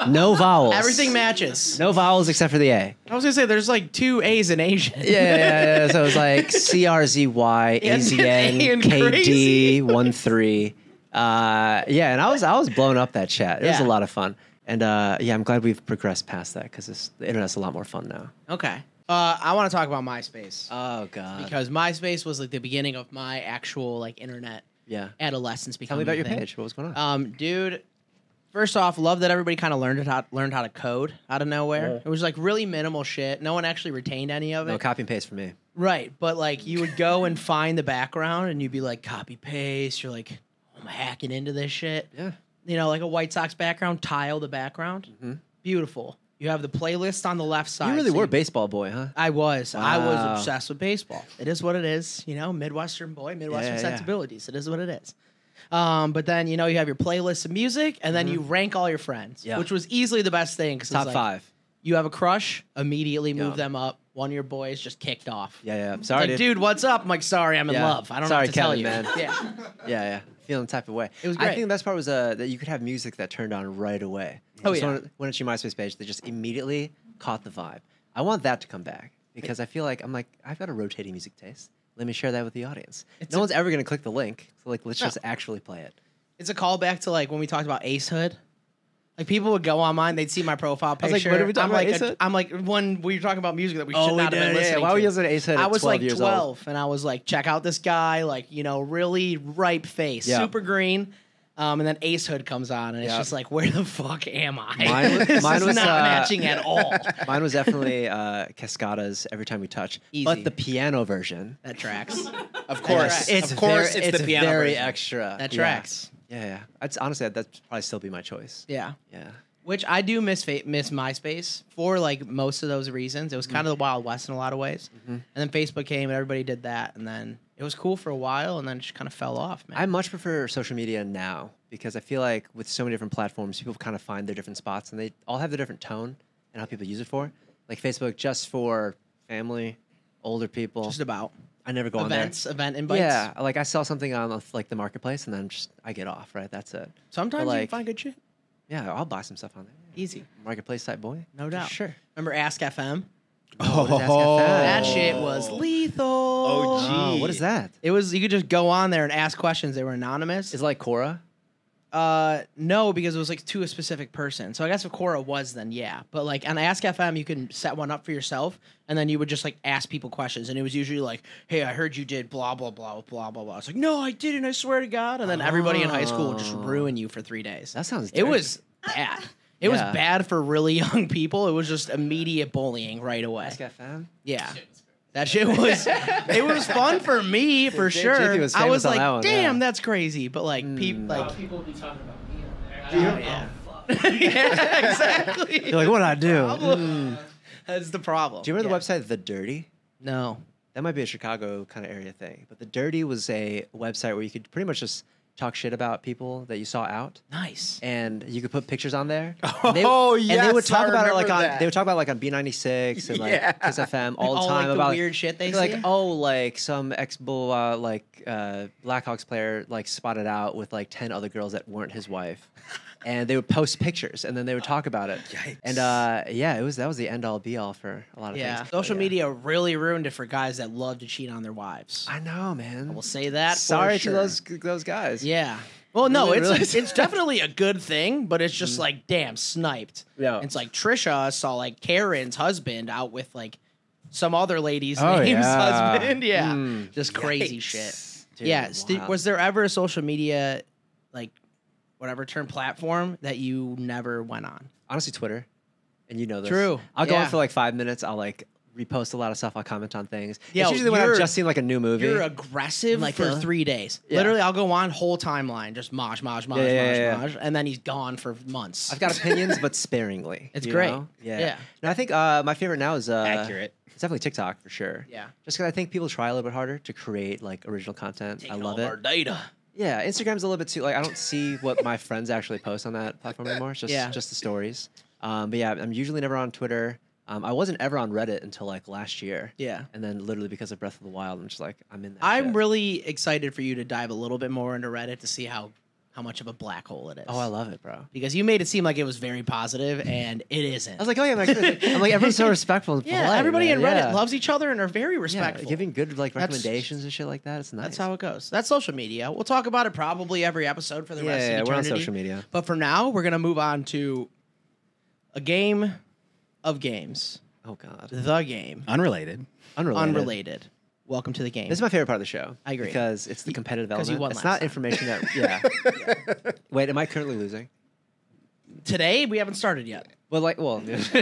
[SPEAKER 2] no vowels.
[SPEAKER 1] Everything matches.
[SPEAKER 2] No vowels except for the A.
[SPEAKER 1] I was gonna say there's like two A's in Asian.
[SPEAKER 2] Yeah, yeah, yeah, yeah. So it was like C R Z Y
[SPEAKER 1] Yeah,
[SPEAKER 2] A Z N
[SPEAKER 1] and
[SPEAKER 2] K
[SPEAKER 1] crazy.
[SPEAKER 2] D one three. Uh, yeah, and I was I was blown up that chat. It was a
[SPEAKER 1] Yeah.
[SPEAKER 2] lot of fun, and uh, yeah, I'm glad we've progressed past that because the internet's a lot more fun now.
[SPEAKER 1] Okay. Uh, I want to talk about MySpace
[SPEAKER 2] Oh god.
[SPEAKER 1] because MySpace was like the beginning of my actual like internet
[SPEAKER 2] yeah.
[SPEAKER 1] adolescence.
[SPEAKER 2] Tell
[SPEAKER 1] becoming
[SPEAKER 2] me about
[SPEAKER 1] a
[SPEAKER 2] your Um,
[SPEAKER 1] thing.
[SPEAKER 2] page. What was going on?
[SPEAKER 1] Um, dude, First off, love that everybody kind of learned it how, learned how to code out of nowhere.
[SPEAKER 2] Yeah.
[SPEAKER 1] It was like really minimal shit. No one actually retained any of it.
[SPEAKER 2] No copy and paste for me.
[SPEAKER 1] Right, but like you would go and find the background and you'd be like copy paste. You're like, "Oh, I'm hacking into this shit.
[SPEAKER 2] Yeah.
[SPEAKER 1] You know, like a White Sox background, tile the background. Beautiful. You have the playlist on the left side.
[SPEAKER 2] Mm-hmm. You really
[SPEAKER 1] so
[SPEAKER 2] were baseball boy, huh?
[SPEAKER 1] I was. I
[SPEAKER 2] Wow.
[SPEAKER 1] was obsessed with baseball. It is what it is. You know, Midwestern boy, Midwestern
[SPEAKER 2] Yeah, yeah.
[SPEAKER 1] sensibilities. It is what it is. Um, but then you know you have your playlist of music, and then you rank all your friends,
[SPEAKER 2] Mm-hmm. Yeah.
[SPEAKER 1] which was easily the best thing. 'cause it was
[SPEAKER 2] Top
[SPEAKER 1] like,
[SPEAKER 2] five.
[SPEAKER 1] You have a crush, immediately move
[SPEAKER 2] Yeah.
[SPEAKER 1] them up. One of your boys just kicked off.
[SPEAKER 2] Yeah, yeah.
[SPEAKER 1] It's
[SPEAKER 2] Sorry,
[SPEAKER 1] like, dude, what's up? I'm like, sorry, I'm in
[SPEAKER 2] Yeah.
[SPEAKER 1] love. I don't
[SPEAKER 2] Sorry,
[SPEAKER 1] know what to
[SPEAKER 2] Kevin, man.
[SPEAKER 1] tell you. Yeah.
[SPEAKER 2] Yeah, yeah. Feeling the type of way.
[SPEAKER 1] It was
[SPEAKER 2] I
[SPEAKER 1] great.
[SPEAKER 2] think the best part was uh, that you could have music that turned on right away.
[SPEAKER 1] Oh,
[SPEAKER 2] Just
[SPEAKER 1] yeah.
[SPEAKER 2] When, when it's your MySpace page, they just immediately caught the vibe. I want that to come back because I feel like I'm like I've got a rotating music taste. Let me share that with the audience.
[SPEAKER 1] It's
[SPEAKER 2] no
[SPEAKER 1] a-
[SPEAKER 2] one's ever gonna click the link, so like let's
[SPEAKER 1] No.
[SPEAKER 2] just actually play it.
[SPEAKER 1] It's a callback to like when we talked about Ace Hood. Like people would go online, they'd see my profile
[SPEAKER 2] was
[SPEAKER 1] picture.
[SPEAKER 2] like, what are we talking
[SPEAKER 1] I'm
[SPEAKER 2] about,
[SPEAKER 1] like,
[SPEAKER 2] Ace
[SPEAKER 1] a-
[SPEAKER 2] Hood?
[SPEAKER 1] I'm like, when we were talking about music that we should
[SPEAKER 2] Oh, we
[SPEAKER 1] not have
[SPEAKER 2] did,
[SPEAKER 1] been
[SPEAKER 2] yeah,
[SPEAKER 1] listening.
[SPEAKER 2] why were
[SPEAKER 1] to.
[SPEAKER 2] you listening to Ace Hood
[SPEAKER 1] I
[SPEAKER 2] at
[SPEAKER 1] was
[SPEAKER 2] 12
[SPEAKER 1] like
[SPEAKER 2] years old?
[SPEAKER 1] 12, and I was like, check out this guy, like you know, really ripe face,
[SPEAKER 2] Yeah.
[SPEAKER 1] super green. Um, and then Ace Hood comes on, and it's
[SPEAKER 2] Yeah.
[SPEAKER 1] just like, where the fuck am I?
[SPEAKER 2] Mine was-
[SPEAKER 1] this
[SPEAKER 2] mine
[SPEAKER 1] is
[SPEAKER 2] was,
[SPEAKER 1] not
[SPEAKER 2] uh,
[SPEAKER 1] matching at all.
[SPEAKER 2] Mine was definitely uh, Cascada's "Every Time We Touch,"
[SPEAKER 1] Easy.
[SPEAKER 2] but the piano version.
[SPEAKER 1] That tracks.
[SPEAKER 4] Of course,
[SPEAKER 1] It's
[SPEAKER 4] of course,
[SPEAKER 2] very,
[SPEAKER 4] it's, the piano
[SPEAKER 2] very
[SPEAKER 4] version.
[SPEAKER 2] extra.
[SPEAKER 1] That
[SPEAKER 2] Yeah.
[SPEAKER 1] tracks.
[SPEAKER 2] Yeah, yeah. That's honestly that'd probably still be my choice.
[SPEAKER 1] Yeah.
[SPEAKER 2] Yeah.
[SPEAKER 1] Which I do miss fa- miss MySpace for like most of those reasons. It was kind
[SPEAKER 2] Mm-hmm.
[SPEAKER 1] of the Wild West in a lot of ways. And then Facebook came and everybody did that. And then it was cool for a while and then it just kind of fell off, man.
[SPEAKER 2] I much prefer social media now because I feel like with so many different platforms, people kind of find their different spots and they all have their different tone and how people use it for. Like Facebook, just for family, older people.
[SPEAKER 1] just about
[SPEAKER 2] I never go
[SPEAKER 1] events,
[SPEAKER 2] on
[SPEAKER 1] event
[SPEAKER 2] there.
[SPEAKER 1] invites.
[SPEAKER 2] Yeah, like I saw something on uh, like the marketplace and then just I get off. Right, that's it.
[SPEAKER 1] Sometimes
[SPEAKER 2] But,
[SPEAKER 1] you
[SPEAKER 2] like,
[SPEAKER 1] can find good shit.
[SPEAKER 2] Yeah, I'll buy some stuff on there.
[SPEAKER 1] Easy.
[SPEAKER 2] Marketplace type boy,
[SPEAKER 1] No
[SPEAKER 2] For
[SPEAKER 1] doubt.
[SPEAKER 2] Sure.
[SPEAKER 1] Remember Ask FM?
[SPEAKER 2] Oh.
[SPEAKER 1] That shit was lethal.
[SPEAKER 4] Oh, gee.
[SPEAKER 2] Oh, what is that?
[SPEAKER 1] It was you could just go on there and ask questions. They were anonymous.
[SPEAKER 2] Is it like Cora?
[SPEAKER 1] Uh, no, because it was like to a specific person. So I guess if Quora was, then yeah. But like on Ask FM, you can set one up for yourself, and then you would just like ask people questions, and it was usually like, "Hey, I heard you did blah blah blah with blah blah blah." It's like, "No, I didn't. I swear to God." And then everybody in high school would just
[SPEAKER 2] Oh.
[SPEAKER 1] ruin you for three days.
[SPEAKER 2] That sounds
[SPEAKER 1] It
[SPEAKER 2] dirty.
[SPEAKER 1] was bad. It
[SPEAKER 2] Yeah.
[SPEAKER 1] was bad for really young people. It was just immediate bullying right away.
[SPEAKER 2] Ask FM.
[SPEAKER 1] Yeah. That shit was it was fun for me for
[SPEAKER 2] Jay
[SPEAKER 1] sure.
[SPEAKER 2] Jiffy was
[SPEAKER 1] I was
[SPEAKER 2] famous on
[SPEAKER 1] like,
[SPEAKER 2] that one,
[SPEAKER 1] damn,
[SPEAKER 2] yeah. Mm.
[SPEAKER 1] that's crazy. But like peop like
[SPEAKER 7] people be talking about me on there.
[SPEAKER 1] Oh, yeah. yeah, exactly.
[SPEAKER 2] You're like, what I do?
[SPEAKER 1] Problem. That's the problem.
[SPEAKER 2] Do you remember
[SPEAKER 1] Yeah.
[SPEAKER 2] the website The Dirty?
[SPEAKER 1] No.
[SPEAKER 2] that might be a Chicago kind of area thing. But the Dirty was a website where you could pretty much just talk shit about people that you saw out,
[SPEAKER 1] Nice.
[SPEAKER 2] and you could put pictures on there.
[SPEAKER 4] Oh,
[SPEAKER 2] and they, And they would
[SPEAKER 4] yes, I
[SPEAKER 2] talk about it like
[SPEAKER 4] remember
[SPEAKER 2] on
[SPEAKER 4] that.
[SPEAKER 2] they would talk about it like on B ninety six and like
[SPEAKER 4] Yeah.
[SPEAKER 2] Kiss FM all the
[SPEAKER 1] All,
[SPEAKER 2] time
[SPEAKER 1] like, the
[SPEAKER 2] about
[SPEAKER 1] weird shit they
[SPEAKER 2] they'd be
[SPEAKER 1] see?
[SPEAKER 2] like oh like some ex bull uh, like uh, Blackhawks player like spotted out with like ten other girls that weren't his wife. And they would post pictures, and then they would talk about it. And uh, yeah, it was that was the end all be all for a lot of
[SPEAKER 1] Yeah.
[SPEAKER 2] things. But
[SPEAKER 1] Social
[SPEAKER 4] Oh,
[SPEAKER 2] yeah.
[SPEAKER 1] media really ruined it for guys that love to cheat on their wives.
[SPEAKER 2] I know, man.
[SPEAKER 1] We'll say that. for
[SPEAKER 2] Sorry
[SPEAKER 1] sure.
[SPEAKER 2] to those those guys.
[SPEAKER 1] Yeah. Well, no,
[SPEAKER 2] Really Mm.
[SPEAKER 1] it's
[SPEAKER 2] realize-
[SPEAKER 1] it's definitely a good thing, but it's just like, damn, sniped.
[SPEAKER 2] Yeah.
[SPEAKER 1] It's like Trisha saw like Karen's husband out with like some other lady's
[SPEAKER 2] Oh,
[SPEAKER 1] name's
[SPEAKER 2] yeah.
[SPEAKER 1] husband. Yeah.
[SPEAKER 2] Mm.
[SPEAKER 1] Just crazy
[SPEAKER 4] Yikes.
[SPEAKER 1] shit.
[SPEAKER 2] Dude,
[SPEAKER 1] yeah. Steve,
[SPEAKER 2] wow.
[SPEAKER 1] was there ever a social media, like, whatever term platform that you never went on?
[SPEAKER 2] honestly Twitter, and you know this.
[SPEAKER 1] True.
[SPEAKER 2] I'll go
[SPEAKER 1] Yeah.
[SPEAKER 2] on for like five minutes. I'll like repost a lot of stuff. I'll comment on things.
[SPEAKER 1] Yo,
[SPEAKER 2] it's usually when I've
[SPEAKER 1] you're-
[SPEAKER 2] just seen like a new movie.
[SPEAKER 1] You're aggressive
[SPEAKER 2] Like,
[SPEAKER 1] for
[SPEAKER 2] uh,
[SPEAKER 1] three days.
[SPEAKER 2] yeah.
[SPEAKER 1] Literally, I'll go on whole timeline, just mosh, mosh, mosh,
[SPEAKER 2] Yeah, yeah, yeah, yeah.
[SPEAKER 1] mosh, mosh, and then he's gone for months.
[SPEAKER 2] I've got opinions, but sparingly.
[SPEAKER 1] It's
[SPEAKER 2] you
[SPEAKER 1] great.
[SPEAKER 2] know? Yeah.
[SPEAKER 1] Yeah.
[SPEAKER 2] And I think uh, my favorite now is uh,
[SPEAKER 4] accurate.
[SPEAKER 2] It's definitely TikTok for sure.
[SPEAKER 1] Yeah.
[SPEAKER 2] Just because I think people try a little bit harder to create like original content. I
[SPEAKER 1] Taking
[SPEAKER 2] love
[SPEAKER 1] all of our
[SPEAKER 2] it.
[SPEAKER 1] data.
[SPEAKER 2] Yeah. Instagram's a little bit too like I don't see what my friends actually post on that platform anymore. It's just
[SPEAKER 1] Yeah.
[SPEAKER 2] just the stories. Um, but yeah, I'm usually never on Twitter. Um, I wasn't ever on Reddit until like last year.
[SPEAKER 1] Yeah.
[SPEAKER 2] And then literally because of Breath of the Wild, I'm just like, I'm in that.
[SPEAKER 1] I'm
[SPEAKER 2] shit.
[SPEAKER 1] really excited for you to dive a little bit more into Reddit to see how how much of a black hole it is.
[SPEAKER 2] Oh, I love it, bro.
[SPEAKER 1] because you made it seem like it was very positive, and it isn't.
[SPEAKER 2] I was like, oh yeah, my I'm like everyone's so respectful. And
[SPEAKER 1] yeah,
[SPEAKER 2] polite,
[SPEAKER 1] everybody
[SPEAKER 2] man.
[SPEAKER 1] in Reddit
[SPEAKER 2] Yeah.
[SPEAKER 1] loves each other and are very
[SPEAKER 2] Yeah,
[SPEAKER 1] respectful.
[SPEAKER 2] giving good like
[SPEAKER 1] That's-
[SPEAKER 2] recommendations and shit like that. It's nice.
[SPEAKER 1] That's how it goes. That's social media. We'll talk about it probably every episode for the
[SPEAKER 2] Yeah,
[SPEAKER 1] rest
[SPEAKER 2] yeah,
[SPEAKER 1] of
[SPEAKER 2] we're on
[SPEAKER 1] eternity.
[SPEAKER 2] social media.
[SPEAKER 1] But for now, we're gonna move on to a game of games,
[SPEAKER 2] Oh god,
[SPEAKER 1] the game,
[SPEAKER 4] Unrelated.
[SPEAKER 2] unrelated.
[SPEAKER 1] unrelated. Welcome to the game.
[SPEAKER 2] This is my favorite part of the show.
[SPEAKER 1] I agree.
[SPEAKER 2] because it's the competitive
[SPEAKER 1] 'cause
[SPEAKER 2] element.
[SPEAKER 1] you won
[SPEAKER 2] it's
[SPEAKER 1] last
[SPEAKER 2] not
[SPEAKER 1] time.
[SPEAKER 2] information that. Yeah. Wait, am I currently losing?
[SPEAKER 1] today we haven't started yet.
[SPEAKER 2] But like, well, it's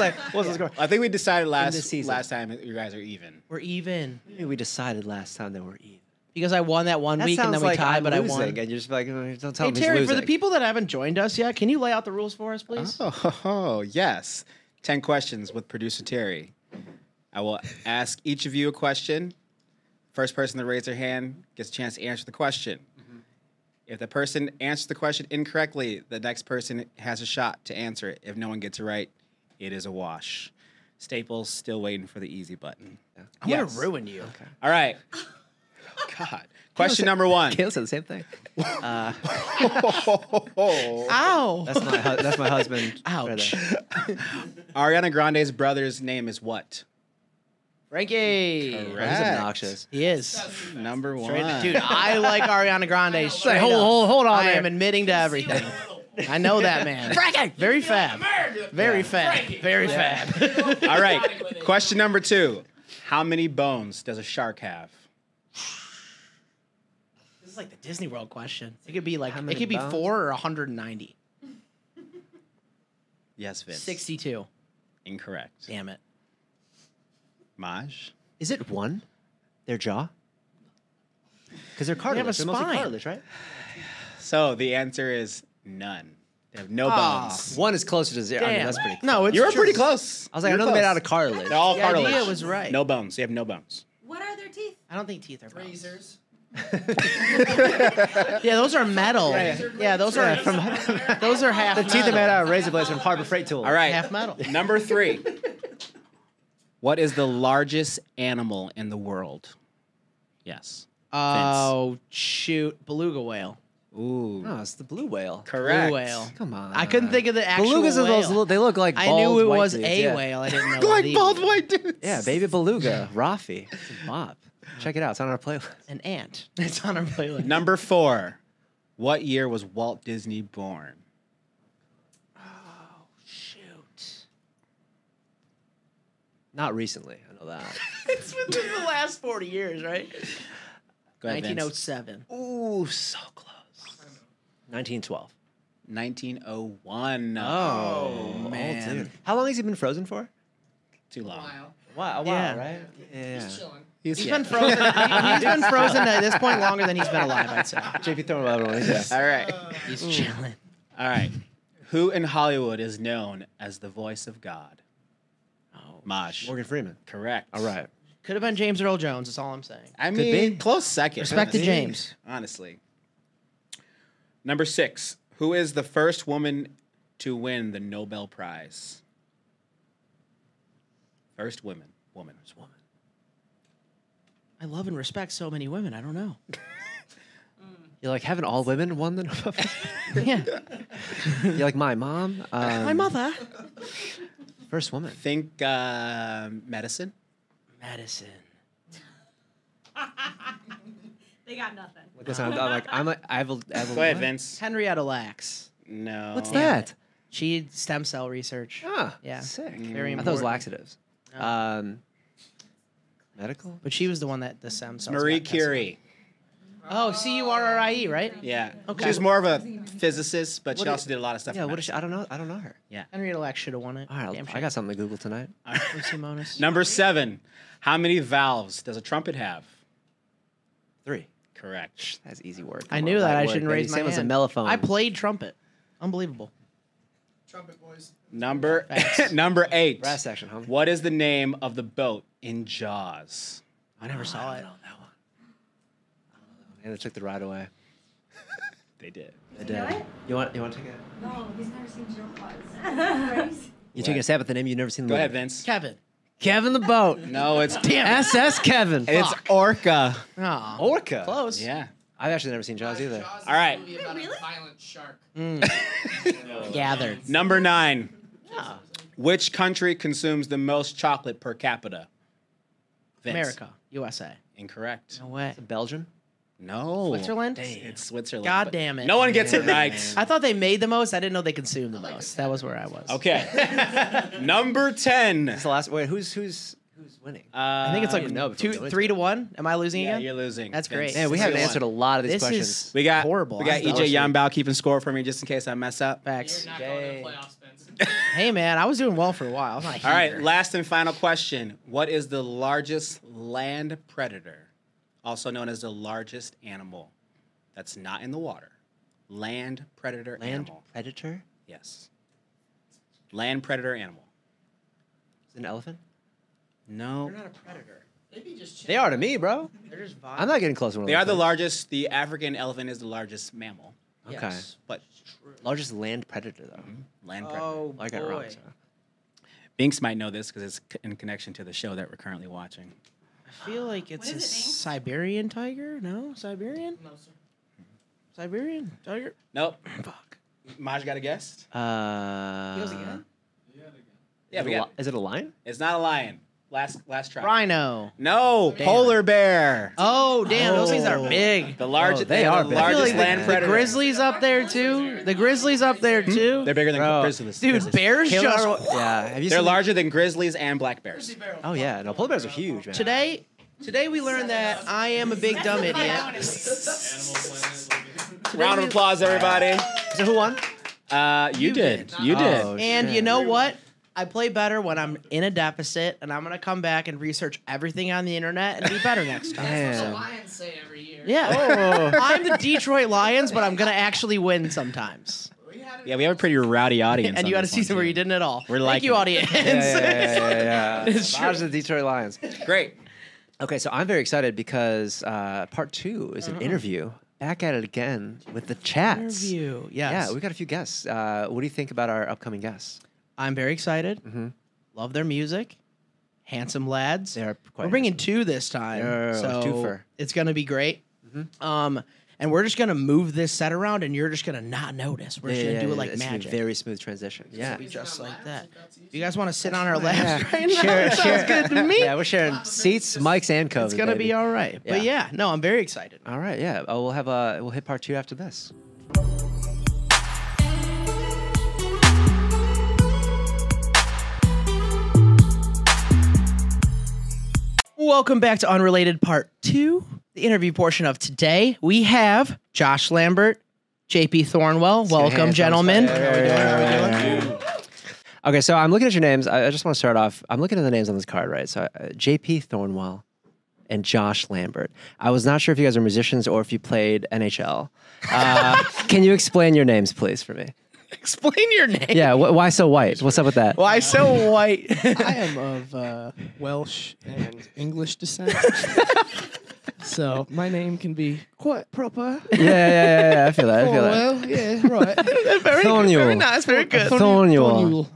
[SPEAKER 2] like, what's this going?
[SPEAKER 4] I think we decided
[SPEAKER 2] this
[SPEAKER 4] last
[SPEAKER 2] season.
[SPEAKER 4] last time that you guys are even.
[SPEAKER 1] We're even
[SPEAKER 2] Maybe we decided last time that we're even.
[SPEAKER 1] because I won that one
[SPEAKER 2] That
[SPEAKER 1] week and then
[SPEAKER 2] sounds
[SPEAKER 1] we
[SPEAKER 2] like
[SPEAKER 1] tied,
[SPEAKER 2] I'm
[SPEAKER 1] but I
[SPEAKER 2] losing,
[SPEAKER 1] won.
[SPEAKER 2] And you're just like, "Oh, don't tell
[SPEAKER 1] Hey
[SPEAKER 2] me
[SPEAKER 1] Terry,
[SPEAKER 2] he's
[SPEAKER 1] for the
[SPEAKER 2] losing."
[SPEAKER 1] people that haven't joined us yet, can you lay out the rules for us, please?
[SPEAKER 4] Oh, ho, ho, yes. 10 questions with producer Terry. I will ask each of you a question. First person to raise their hand gets a chance to answer the question.
[SPEAKER 1] Mm-hmm.
[SPEAKER 4] If the person answers the question incorrectly, the next person has a shot to answer it. If no one gets it right, it is a wash. Staples still waiting for the easy button.
[SPEAKER 1] I'm
[SPEAKER 4] Yes.
[SPEAKER 1] gonna ruin you.
[SPEAKER 4] All right. God. Question number one.
[SPEAKER 2] Kayla said the same thing.
[SPEAKER 1] Ow!
[SPEAKER 2] That's my hu- that's my husband. right
[SPEAKER 1] Ouch.
[SPEAKER 2] there.
[SPEAKER 4] Ariana Grande's brother's name is what?
[SPEAKER 1] Frankie.
[SPEAKER 2] Oh, he's
[SPEAKER 4] Correct.
[SPEAKER 2] obnoxious.
[SPEAKER 1] He is.
[SPEAKER 4] Number one.
[SPEAKER 1] Straight- Dude, I like Ariana Grande. straight
[SPEAKER 2] hold-
[SPEAKER 1] up.
[SPEAKER 2] hold- hold on
[SPEAKER 1] I
[SPEAKER 2] there.
[SPEAKER 1] am admitting to everything. I know that man. Very fab. Very fab. Very fab.
[SPEAKER 4] All right. Question number two. How many bones does a shark have?
[SPEAKER 1] This is like the Disney World question. It could be like
[SPEAKER 2] How
[SPEAKER 1] it
[SPEAKER 2] many
[SPEAKER 1] could be
[SPEAKER 2] bones?
[SPEAKER 1] four or 190.
[SPEAKER 4] Yes, Vince.
[SPEAKER 1] 62.
[SPEAKER 4] Incorrect.
[SPEAKER 1] Damn it.
[SPEAKER 4] Maj?
[SPEAKER 2] Is it one? Their jaw? Because they're
[SPEAKER 1] have a
[SPEAKER 2] cartilage. They're mostly
[SPEAKER 1] spine.
[SPEAKER 2] cartilage, right?
[SPEAKER 4] So the answer is none. They have no
[SPEAKER 1] Aw.
[SPEAKER 4] bones.
[SPEAKER 2] One is closer to zero.
[SPEAKER 1] Damn.
[SPEAKER 2] I mean, that's pretty. Close.
[SPEAKER 1] No, it's
[SPEAKER 4] You were
[SPEAKER 1] true.
[SPEAKER 4] pretty close.
[SPEAKER 2] I was like,
[SPEAKER 4] You
[SPEAKER 2] I
[SPEAKER 4] were
[SPEAKER 2] know they're made
[SPEAKER 4] close.
[SPEAKER 2] out of cartilage.
[SPEAKER 4] They're all
[SPEAKER 1] The
[SPEAKER 4] cartilage.
[SPEAKER 1] idea was right.
[SPEAKER 4] No bones. They have no bones.
[SPEAKER 3] What are their teeth?
[SPEAKER 1] I don't think teeth are bones. Yeah, those are metal. Yeah, those are from those are half.
[SPEAKER 2] the teeth
[SPEAKER 1] metal.
[SPEAKER 2] are made out of razor blades from Harbor Freight Tools.
[SPEAKER 4] All right.
[SPEAKER 1] half metal.
[SPEAKER 4] Number three. what is the largest animal in the world? Yes.
[SPEAKER 1] Oh shoot, beluga whale.
[SPEAKER 4] Ooh.
[SPEAKER 2] No, it's the Oh, blue whale.
[SPEAKER 4] Correct.
[SPEAKER 1] Blue whale.
[SPEAKER 2] Come on.
[SPEAKER 1] I couldn't think of the actual
[SPEAKER 2] Belugas
[SPEAKER 1] whale.
[SPEAKER 2] are those. Little, they look like.
[SPEAKER 1] I
[SPEAKER 2] bald
[SPEAKER 1] knew it
[SPEAKER 2] white
[SPEAKER 1] was
[SPEAKER 2] dudes,
[SPEAKER 1] a
[SPEAKER 2] yeah.
[SPEAKER 1] whale. I didn't know. the
[SPEAKER 4] Like bald
[SPEAKER 1] whale.
[SPEAKER 4] white dudes.
[SPEAKER 2] Yeah, baby beluga, Rafi, it's a mop. Check it out. It's on our playlist.
[SPEAKER 1] An ant. It's on our playlist.
[SPEAKER 4] Number four. What year was Walt Disney born?
[SPEAKER 1] Shoot.
[SPEAKER 2] Not recently. I know that.
[SPEAKER 1] It's within the last forty years, right?
[SPEAKER 4] Go ahead,
[SPEAKER 1] Nineteen oh
[SPEAKER 4] Vince.
[SPEAKER 1] seven.
[SPEAKER 2] Ooh, so close.
[SPEAKER 1] Oh.
[SPEAKER 2] 1912.
[SPEAKER 4] 1901.
[SPEAKER 2] Oh, man. How long has he been frozen for?
[SPEAKER 4] Too long.
[SPEAKER 2] Wow,
[SPEAKER 1] Yeah.
[SPEAKER 2] right? Yeah.
[SPEAKER 1] He's been frozen. he- he's been frozen at this point longer than he's been alive. I'd say.
[SPEAKER 2] JP throwing out one.
[SPEAKER 4] All right.
[SPEAKER 1] He's chilling.
[SPEAKER 4] All right. Who in Hollywood is known as the voice of God?
[SPEAKER 1] Oh.
[SPEAKER 4] Maj.
[SPEAKER 2] Morgan Freeman.
[SPEAKER 4] Correct.
[SPEAKER 2] All right.
[SPEAKER 1] Could have been James Earl Jones. That's all I'm saying.
[SPEAKER 4] I
[SPEAKER 2] Could
[SPEAKER 4] mean,
[SPEAKER 2] be.
[SPEAKER 4] close second.
[SPEAKER 1] Respect to
[SPEAKER 4] honestly.
[SPEAKER 1] James.
[SPEAKER 4] Honestly. Number six. Who is the first woman to win the Nobel Prize? First woman. Woman. Woman.
[SPEAKER 1] I love and respect so many women. I don't know.
[SPEAKER 2] You're like, haven't all women won the Nobel Prize?
[SPEAKER 1] Yeah,
[SPEAKER 2] You're like, my mom. Um,
[SPEAKER 1] my mother.
[SPEAKER 2] First woman.
[SPEAKER 4] Think uh, medicine.
[SPEAKER 1] Madison.
[SPEAKER 3] They got nothing.
[SPEAKER 2] Listen, I'm, I'm like, I'm like, I have a. I have a
[SPEAKER 4] Go ahead,
[SPEAKER 2] what?
[SPEAKER 4] Vince.
[SPEAKER 1] Henrietta Lacks.
[SPEAKER 4] No.
[SPEAKER 2] What's that?
[SPEAKER 1] She did stem cell research.
[SPEAKER 2] Ah,
[SPEAKER 1] Yeah.
[SPEAKER 2] Sick.
[SPEAKER 4] Mm,
[SPEAKER 1] Very
[SPEAKER 2] I
[SPEAKER 1] important.
[SPEAKER 2] thought it was laxatives. Um, medical?
[SPEAKER 1] But she was the one that the stem cells.
[SPEAKER 4] Marie
[SPEAKER 1] got tested.
[SPEAKER 4] Curie.
[SPEAKER 1] Oh, C U R R I E, right?
[SPEAKER 4] Yeah.
[SPEAKER 1] Okay.
[SPEAKER 4] She was more of a physicist, but
[SPEAKER 2] What
[SPEAKER 4] she
[SPEAKER 2] i-
[SPEAKER 4] also did a lot of stuff.
[SPEAKER 2] Yeah,
[SPEAKER 4] in
[SPEAKER 2] what is she?
[SPEAKER 4] medicine.
[SPEAKER 2] I don't know. I don't know her.
[SPEAKER 1] Henrietta Lacks should have won it.
[SPEAKER 2] All right,
[SPEAKER 1] Damn
[SPEAKER 2] I got something to Google tonight.
[SPEAKER 1] sure. Lucy Monas.
[SPEAKER 4] Number seven. How many valves does a trumpet have?
[SPEAKER 2] Three.
[SPEAKER 4] Correct.
[SPEAKER 2] That's easy work.
[SPEAKER 1] I
[SPEAKER 2] Come
[SPEAKER 1] knew
[SPEAKER 2] on,
[SPEAKER 1] that.
[SPEAKER 2] light
[SPEAKER 1] I
[SPEAKER 2] work,
[SPEAKER 1] shouldn't
[SPEAKER 2] baby.
[SPEAKER 1] raise my
[SPEAKER 2] Same
[SPEAKER 1] hand.
[SPEAKER 2] as a mellophone.
[SPEAKER 1] I played trumpet. Unbelievable.
[SPEAKER 4] Number number eight.
[SPEAKER 2] brass section, homie.
[SPEAKER 4] What is the name of the boat in Jaws?
[SPEAKER 1] I never saw it.
[SPEAKER 2] And they took the ride away.
[SPEAKER 4] They did.
[SPEAKER 2] They
[SPEAKER 6] You know
[SPEAKER 2] did.
[SPEAKER 6] it?
[SPEAKER 2] You want? You want to take a?
[SPEAKER 6] No, he's never seen Jaws.
[SPEAKER 2] You taking a stab at the name you've never seen. The
[SPEAKER 4] Go ahead,
[SPEAKER 2] movie.
[SPEAKER 4] Vince.
[SPEAKER 1] Kevin.
[SPEAKER 2] Kevin the boat.
[SPEAKER 4] No, it's
[SPEAKER 2] SS Kevin.
[SPEAKER 4] It's
[SPEAKER 2] Fuck.
[SPEAKER 4] Orca.
[SPEAKER 1] Aw.
[SPEAKER 2] Orca.
[SPEAKER 1] Close.
[SPEAKER 4] Yeah.
[SPEAKER 2] I've actually never seen Jaws either.
[SPEAKER 7] Jaws is
[SPEAKER 4] All right.
[SPEAKER 7] a movie about a
[SPEAKER 3] Really?
[SPEAKER 7] violent shark.
[SPEAKER 1] Gathered.
[SPEAKER 4] Number nine. Which country consumes the most chocolate per capita? Vince.
[SPEAKER 1] America. USA.
[SPEAKER 4] Incorrect.
[SPEAKER 1] No way.
[SPEAKER 2] Belgium.
[SPEAKER 4] No.
[SPEAKER 1] Switzerland?
[SPEAKER 4] It's Switzerland.
[SPEAKER 1] God
[SPEAKER 4] but
[SPEAKER 1] damn it.
[SPEAKER 4] No one gets it right.
[SPEAKER 1] I thought they made the most. I didn't know they consumed the most. That was where I was.
[SPEAKER 4] Okay. Number 10.
[SPEAKER 2] It's the last. Wait, who's who's who's winning?
[SPEAKER 1] I think it's
[SPEAKER 2] I
[SPEAKER 1] like
[SPEAKER 2] don't know if
[SPEAKER 1] Uh, two,
[SPEAKER 2] we're doing
[SPEAKER 1] three
[SPEAKER 2] it.
[SPEAKER 1] to one. Am I losing
[SPEAKER 4] Uh, Yeah, you're
[SPEAKER 1] again?
[SPEAKER 4] losing.
[SPEAKER 1] That's great.
[SPEAKER 2] Man, we haven't
[SPEAKER 4] Two to
[SPEAKER 2] answered a
[SPEAKER 4] one.
[SPEAKER 2] lot of these
[SPEAKER 1] This
[SPEAKER 2] questions.
[SPEAKER 1] is
[SPEAKER 4] We got
[SPEAKER 1] horrible.
[SPEAKER 4] We got
[SPEAKER 2] E
[SPEAKER 4] E
[SPEAKER 1] I'm so
[SPEAKER 4] EJ
[SPEAKER 1] ashamed.
[SPEAKER 4] Yambal keeping score for me just in case I mess up.
[SPEAKER 1] Facts.
[SPEAKER 7] not going
[SPEAKER 2] Yay.
[SPEAKER 7] to the playoffs, Vince.
[SPEAKER 1] Hey man, I was doing well for a while. I'm not
[SPEAKER 4] All right,
[SPEAKER 1] here.
[SPEAKER 4] last and final question. What is the largest land predator, also known as the largest animal that's not in the water? Land predator
[SPEAKER 2] Land
[SPEAKER 4] animal.
[SPEAKER 2] predator?
[SPEAKER 4] Yes. Land predator animal.
[SPEAKER 2] Is it an elephant?
[SPEAKER 4] No.
[SPEAKER 1] They're not a predator.
[SPEAKER 2] They are to me, bro.
[SPEAKER 1] They're just vibing.
[SPEAKER 2] I'm not getting close to one
[SPEAKER 4] They
[SPEAKER 2] of
[SPEAKER 4] are the
[SPEAKER 2] those
[SPEAKER 4] largest. The African elephant is the largest mammal,
[SPEAKER 2] Okay.
[SPEAKER 4] but
[SPEAKER 2] things. largest land predator, though.
[SPEAKER 4] land predator.
[SPEAKER 1] Oh
[SPEAKER 2] I got it wrong.
[SPEAKER 1] boy.
[SPEAKER 2] so.
[SPEAKER 4] Binks might know this because it's c- in connection to the show that we're currently watching.
[SPEAKER 1] I feel like it's
[SPEAKER 3] is
[SPEAKER 1] a
[SPEAKER 3] it named?
[SPEAKER 1] Siberian tiger. No, Siberian,
[SPEAKER 7] No, sir.
[SPEAKER 1] Siberian tiger.
[SPEAKER 4] Nope.
[SPEAKER 1] Fuck.
[SPEAKER 4] Maj got a guess?
[SPEAKER 2] Uh,
[SPEAKER 4] Yeah,
[SPEAKER 2] is,
[SPEAKER 4] we
[SPEAKER 2] it a
[SPEAKER 4] got,
[SPEAKER 2] li- is it a lion?
[SPEAKER 4] it's not a lion. Last last try.
[SPEAKER 1] Rhino.
[SPEAKER 4] No,
[SPEAKER 1] Damn.
[SPEAKER 4] polar bear.
[SPEAKER 1] Oh damn, those things are
[SPEAKER 2] Oh.
[SPEAKER 1] big.
[SPEAKER 4] The
[SPEAKER 2] Oh,
[SPEAKER 4] largest, they, are the
[SPEAKER 2] big.
[SPEAKER 1] I feel
[SPEAKER 4] largest
[SPEAKER 1] like the-
[SPEAKER 4] land
[SPEAKER 1] the,
[SPEAKER 4] predator.
[SPEAKER 1] grizzlies up there too. The grizzlies up there too.
[SPEAKER 4] They're bigger than
[SPEAKER 2] Bro.
[SPEAKER 4] grizzlies.
[SPEAKER 1] Dude,
[SPEAKER 4] Grizzlies.
[SPEAKER 1] bears
[SPEAKER 2] Kayla-
[SPEAKER 1] just
[SPEAKER 2] yeah. Have Oh. you
[SPEAKER 4] They're
[SPEAKER 2] seen the-
[SPEAKER 4] larger than grizzlies and black bears.
[SPEAKER 2] Oh yeah, no, polar bears are huge, man.
[SPEAKER 1] today. Today we learned that I am a big dumb idiot.
[SPEAKER 7] Animal Planet. like-
[SPEAKER 4] Round of applause, everybody.
[SPEAKER 2] So who won?
[SPEAKER 4] Uh, you,
[SPEAKER 1] You
[SPEAKER 4] did.
[SPEAKER 1] did.
[SPEAKER 4] You did.
[SPEAKER 2] Oh,
[SPEAKER 1] And
[SPEAKER 2] shit.
[SPEAKER 1] you know what? I play better when I'm in a deficit, and I'm gonna come back and research everything on the internet and be better next time.
[SPEAKER 7] That's what the
[SPEAKER 2] Damn.
[SPEAKER 7] Lions say every year.
[SPEAKER 1] Yeah.
[SPEAKER 2] Oh.
[SPEAKER 1] I'm the Detroit Lions, but I'm gonna actually win sometimes.
[SPEAKER 7] We had it.
[SPEAKER 4] yeah, we have a pretty rowdy audience.
[SPEAKER 1] And
[SPEAKER 4] on
[SPEAKER 1] you had a
[SPEAKER 4] this one,
[SPEAKER 1] season where
[SPEAKER 4] too.
[SPEAKER 1] you didn't at all.
[SPEAKER 4] We're
[SPEAKER 1] Thank
[SPEAKER 4] liking
[SPEAKER 1] you,
[SPEAKER 4] it.
[SPEAKER 1] audience.
[SPEAKER 2] Yeah, yeah, yeah, yeah, yeah.
[SPEAKER 1] It's
[SPEAKER 2] Dodge
[SPEAKER 1] true.
[SPEAKER 2] the Detroit Lions.
[SPEAKER 4] Great.
[SPEAKER 2] Okay, so I'm very excited because uh, part two is an interview. Back at it again with the chats.
[SPEAKER 1] Uh-huh. Interview. Yes.
[SPEAKER 2] Yeah, we got a few guests. Uh, what do you think about our upcoming guests?
[SPEAKER 1] I'm very excited.
[SPEAKER 2] Mhm.
[SPEAKER 1] Love their music. Handsome lads.
[SPEAKER 2] They are quite.
[SPEAKER 1] we're bringing two this time.
[SPEAKER 2] Yeah,
[SPEAKER 1] so
[SPEAKER 2] twofer. Mm-hmm.
[SPEAKER 1] it's gonna be great. Um, and we're just gonna move this set around, and you're just gonna not notice. We're
[SPEAKER 2] Yeah,
[SPEAKER 1] just gonna
[SPEAKER 2] yeah,
[SPEAKER 1] do
[SPEAKER 2] yeah,
[SPEAKER 1] it like
[SPEAKER 2] it's gonna be
[SPEAKER 1] magic.
[SPEAKER 2] Very smooth transition. Yeah.
[SPEAKER 1] It'll be just like that.
[SPEAKER 7] That's easy.
[SPEAKER 1] You guys want to sit on our laps
[SPEAKER 2] Yeah.
[SPEAKER 1] right now?
[SPEAKER 2] Share-
[SPEAKER 1] Sounds
[SPEAKER 2] share-
[SPEAKER 1] good to me.
[SPEAKER 2] Yeah, we're sharing seats, mics, and COVID.
[SPEAKER 1] it's gonna
[SPEAKER 2] baby.
[SPEAKER 1] be all right. But yeah, no, I'm very excited.
[SPEAKER 2] All right, yeah. Oh, we'll have a we'll hit part two after this.
[SPEAKER 1] Welcome back to Unrelated Part Two, the interview portion of today. We have Josh Lambert, JP Thornwell. Welcome, gentlemen.
[SPEAKER 2] Okay, so I'm looking at your names. I, I just want to start off. I'm looking at the names on this card, right? So uh, JP Thornwell and Josh Lambert. I was not sure if you guys are musicians or if you played NHL. Uh, can you explain your names, please, for me?
[SPEAKER 1] Explain your name.
[SPEAKER 2] Yeah, wh- why so white? What's up with that?
[SPEAKER 1] Why so white?
[SPEAKER 8] I am of uh, Welsh and English descent. so my name can be quite proper.
[SPEAKER 2] Yeah, yeah, yeah, yeah, I feel that. I
[SPEAKER 8] Oh,
[SPEAKER 2] feel that.
[SPEAKER 8] well, yeah, right.
[SPEAKER 1] very, very
[SPEAKER 2] Thornwell.
[SPEAKER 1] nice, very good.
[SPEAKER 2] Thornwell.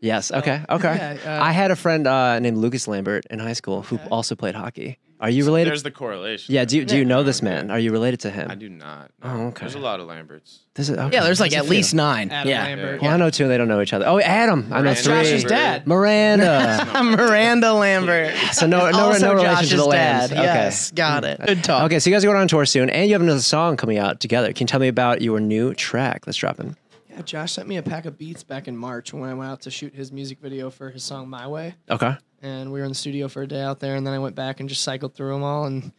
[SPEAKER 2] Yes. Okay. Okay.
[SPEAKER 8] yeah, uh,
[SPEAKER 2] I had a friend uh, named Lucas Lambert in high school who also played hockey. Are you related?
[SPEAKER 9] There's the correlation.
[SPEAKER 2] yeah. Do you, do you
[SPEAKER 9] Yeah.
[SPEAKER 2] know this man? Are you related to him?
[SPEAKER 9] I do not.
[SPEAKER 2] Oh, okay.
[SPEAKER 9] There's a lot of Lamberts.
[SPEAKER 2] This is- okay.
[SPEAKER 1] Yeah, there's like
[SPEAKER 2] How's
[SPEAKER 1] at
[SPEAKER 2] it feel?
[SPEAKER 1] least nine.
[SPEAKER 8] Adam
[SPEAKER 1] yeah.
[SPEAKER 8] Lambert.
[SPEAKER 2] Well, I know two. and They don't know each other. Oh, Adam. I know
[SPEAKER 9] Miranda
[SPEAKER 2] three.
[SPEAKER 1] Josh's
[SPEAKER 9] Lambert.
[SPEAKER 1] dad.
[SPEAKER 2] Miranda.
[SPEAKER 1] Miranda Lambert.
[SPEAKER 2] so Oh, no, no,
[SPEAKER 1] also
[SPEAKER 2] no relation
[SPEAKER 1] Josh's
[SPEAKER 2] to the
[SPEAKER 1] dad.
[SPEAKER 2] Lambs. Okay.
[SPEAKER 1] Yes, got it. Good talk.
[SPEAKER 2] Okay. So you guys are going on tour soon, and you have another song coming out together. Can you tell me about your new track that's dropping?
[SPEAKER 8] Yeah, Josh sent me a pack of beats back in March when I went out to shoot his music video for his song My Way.
[SPEAKER 2] Okay.
[SPEAKER 8] And we were in the studio for a day out there, and then I went back and just cycled through them all and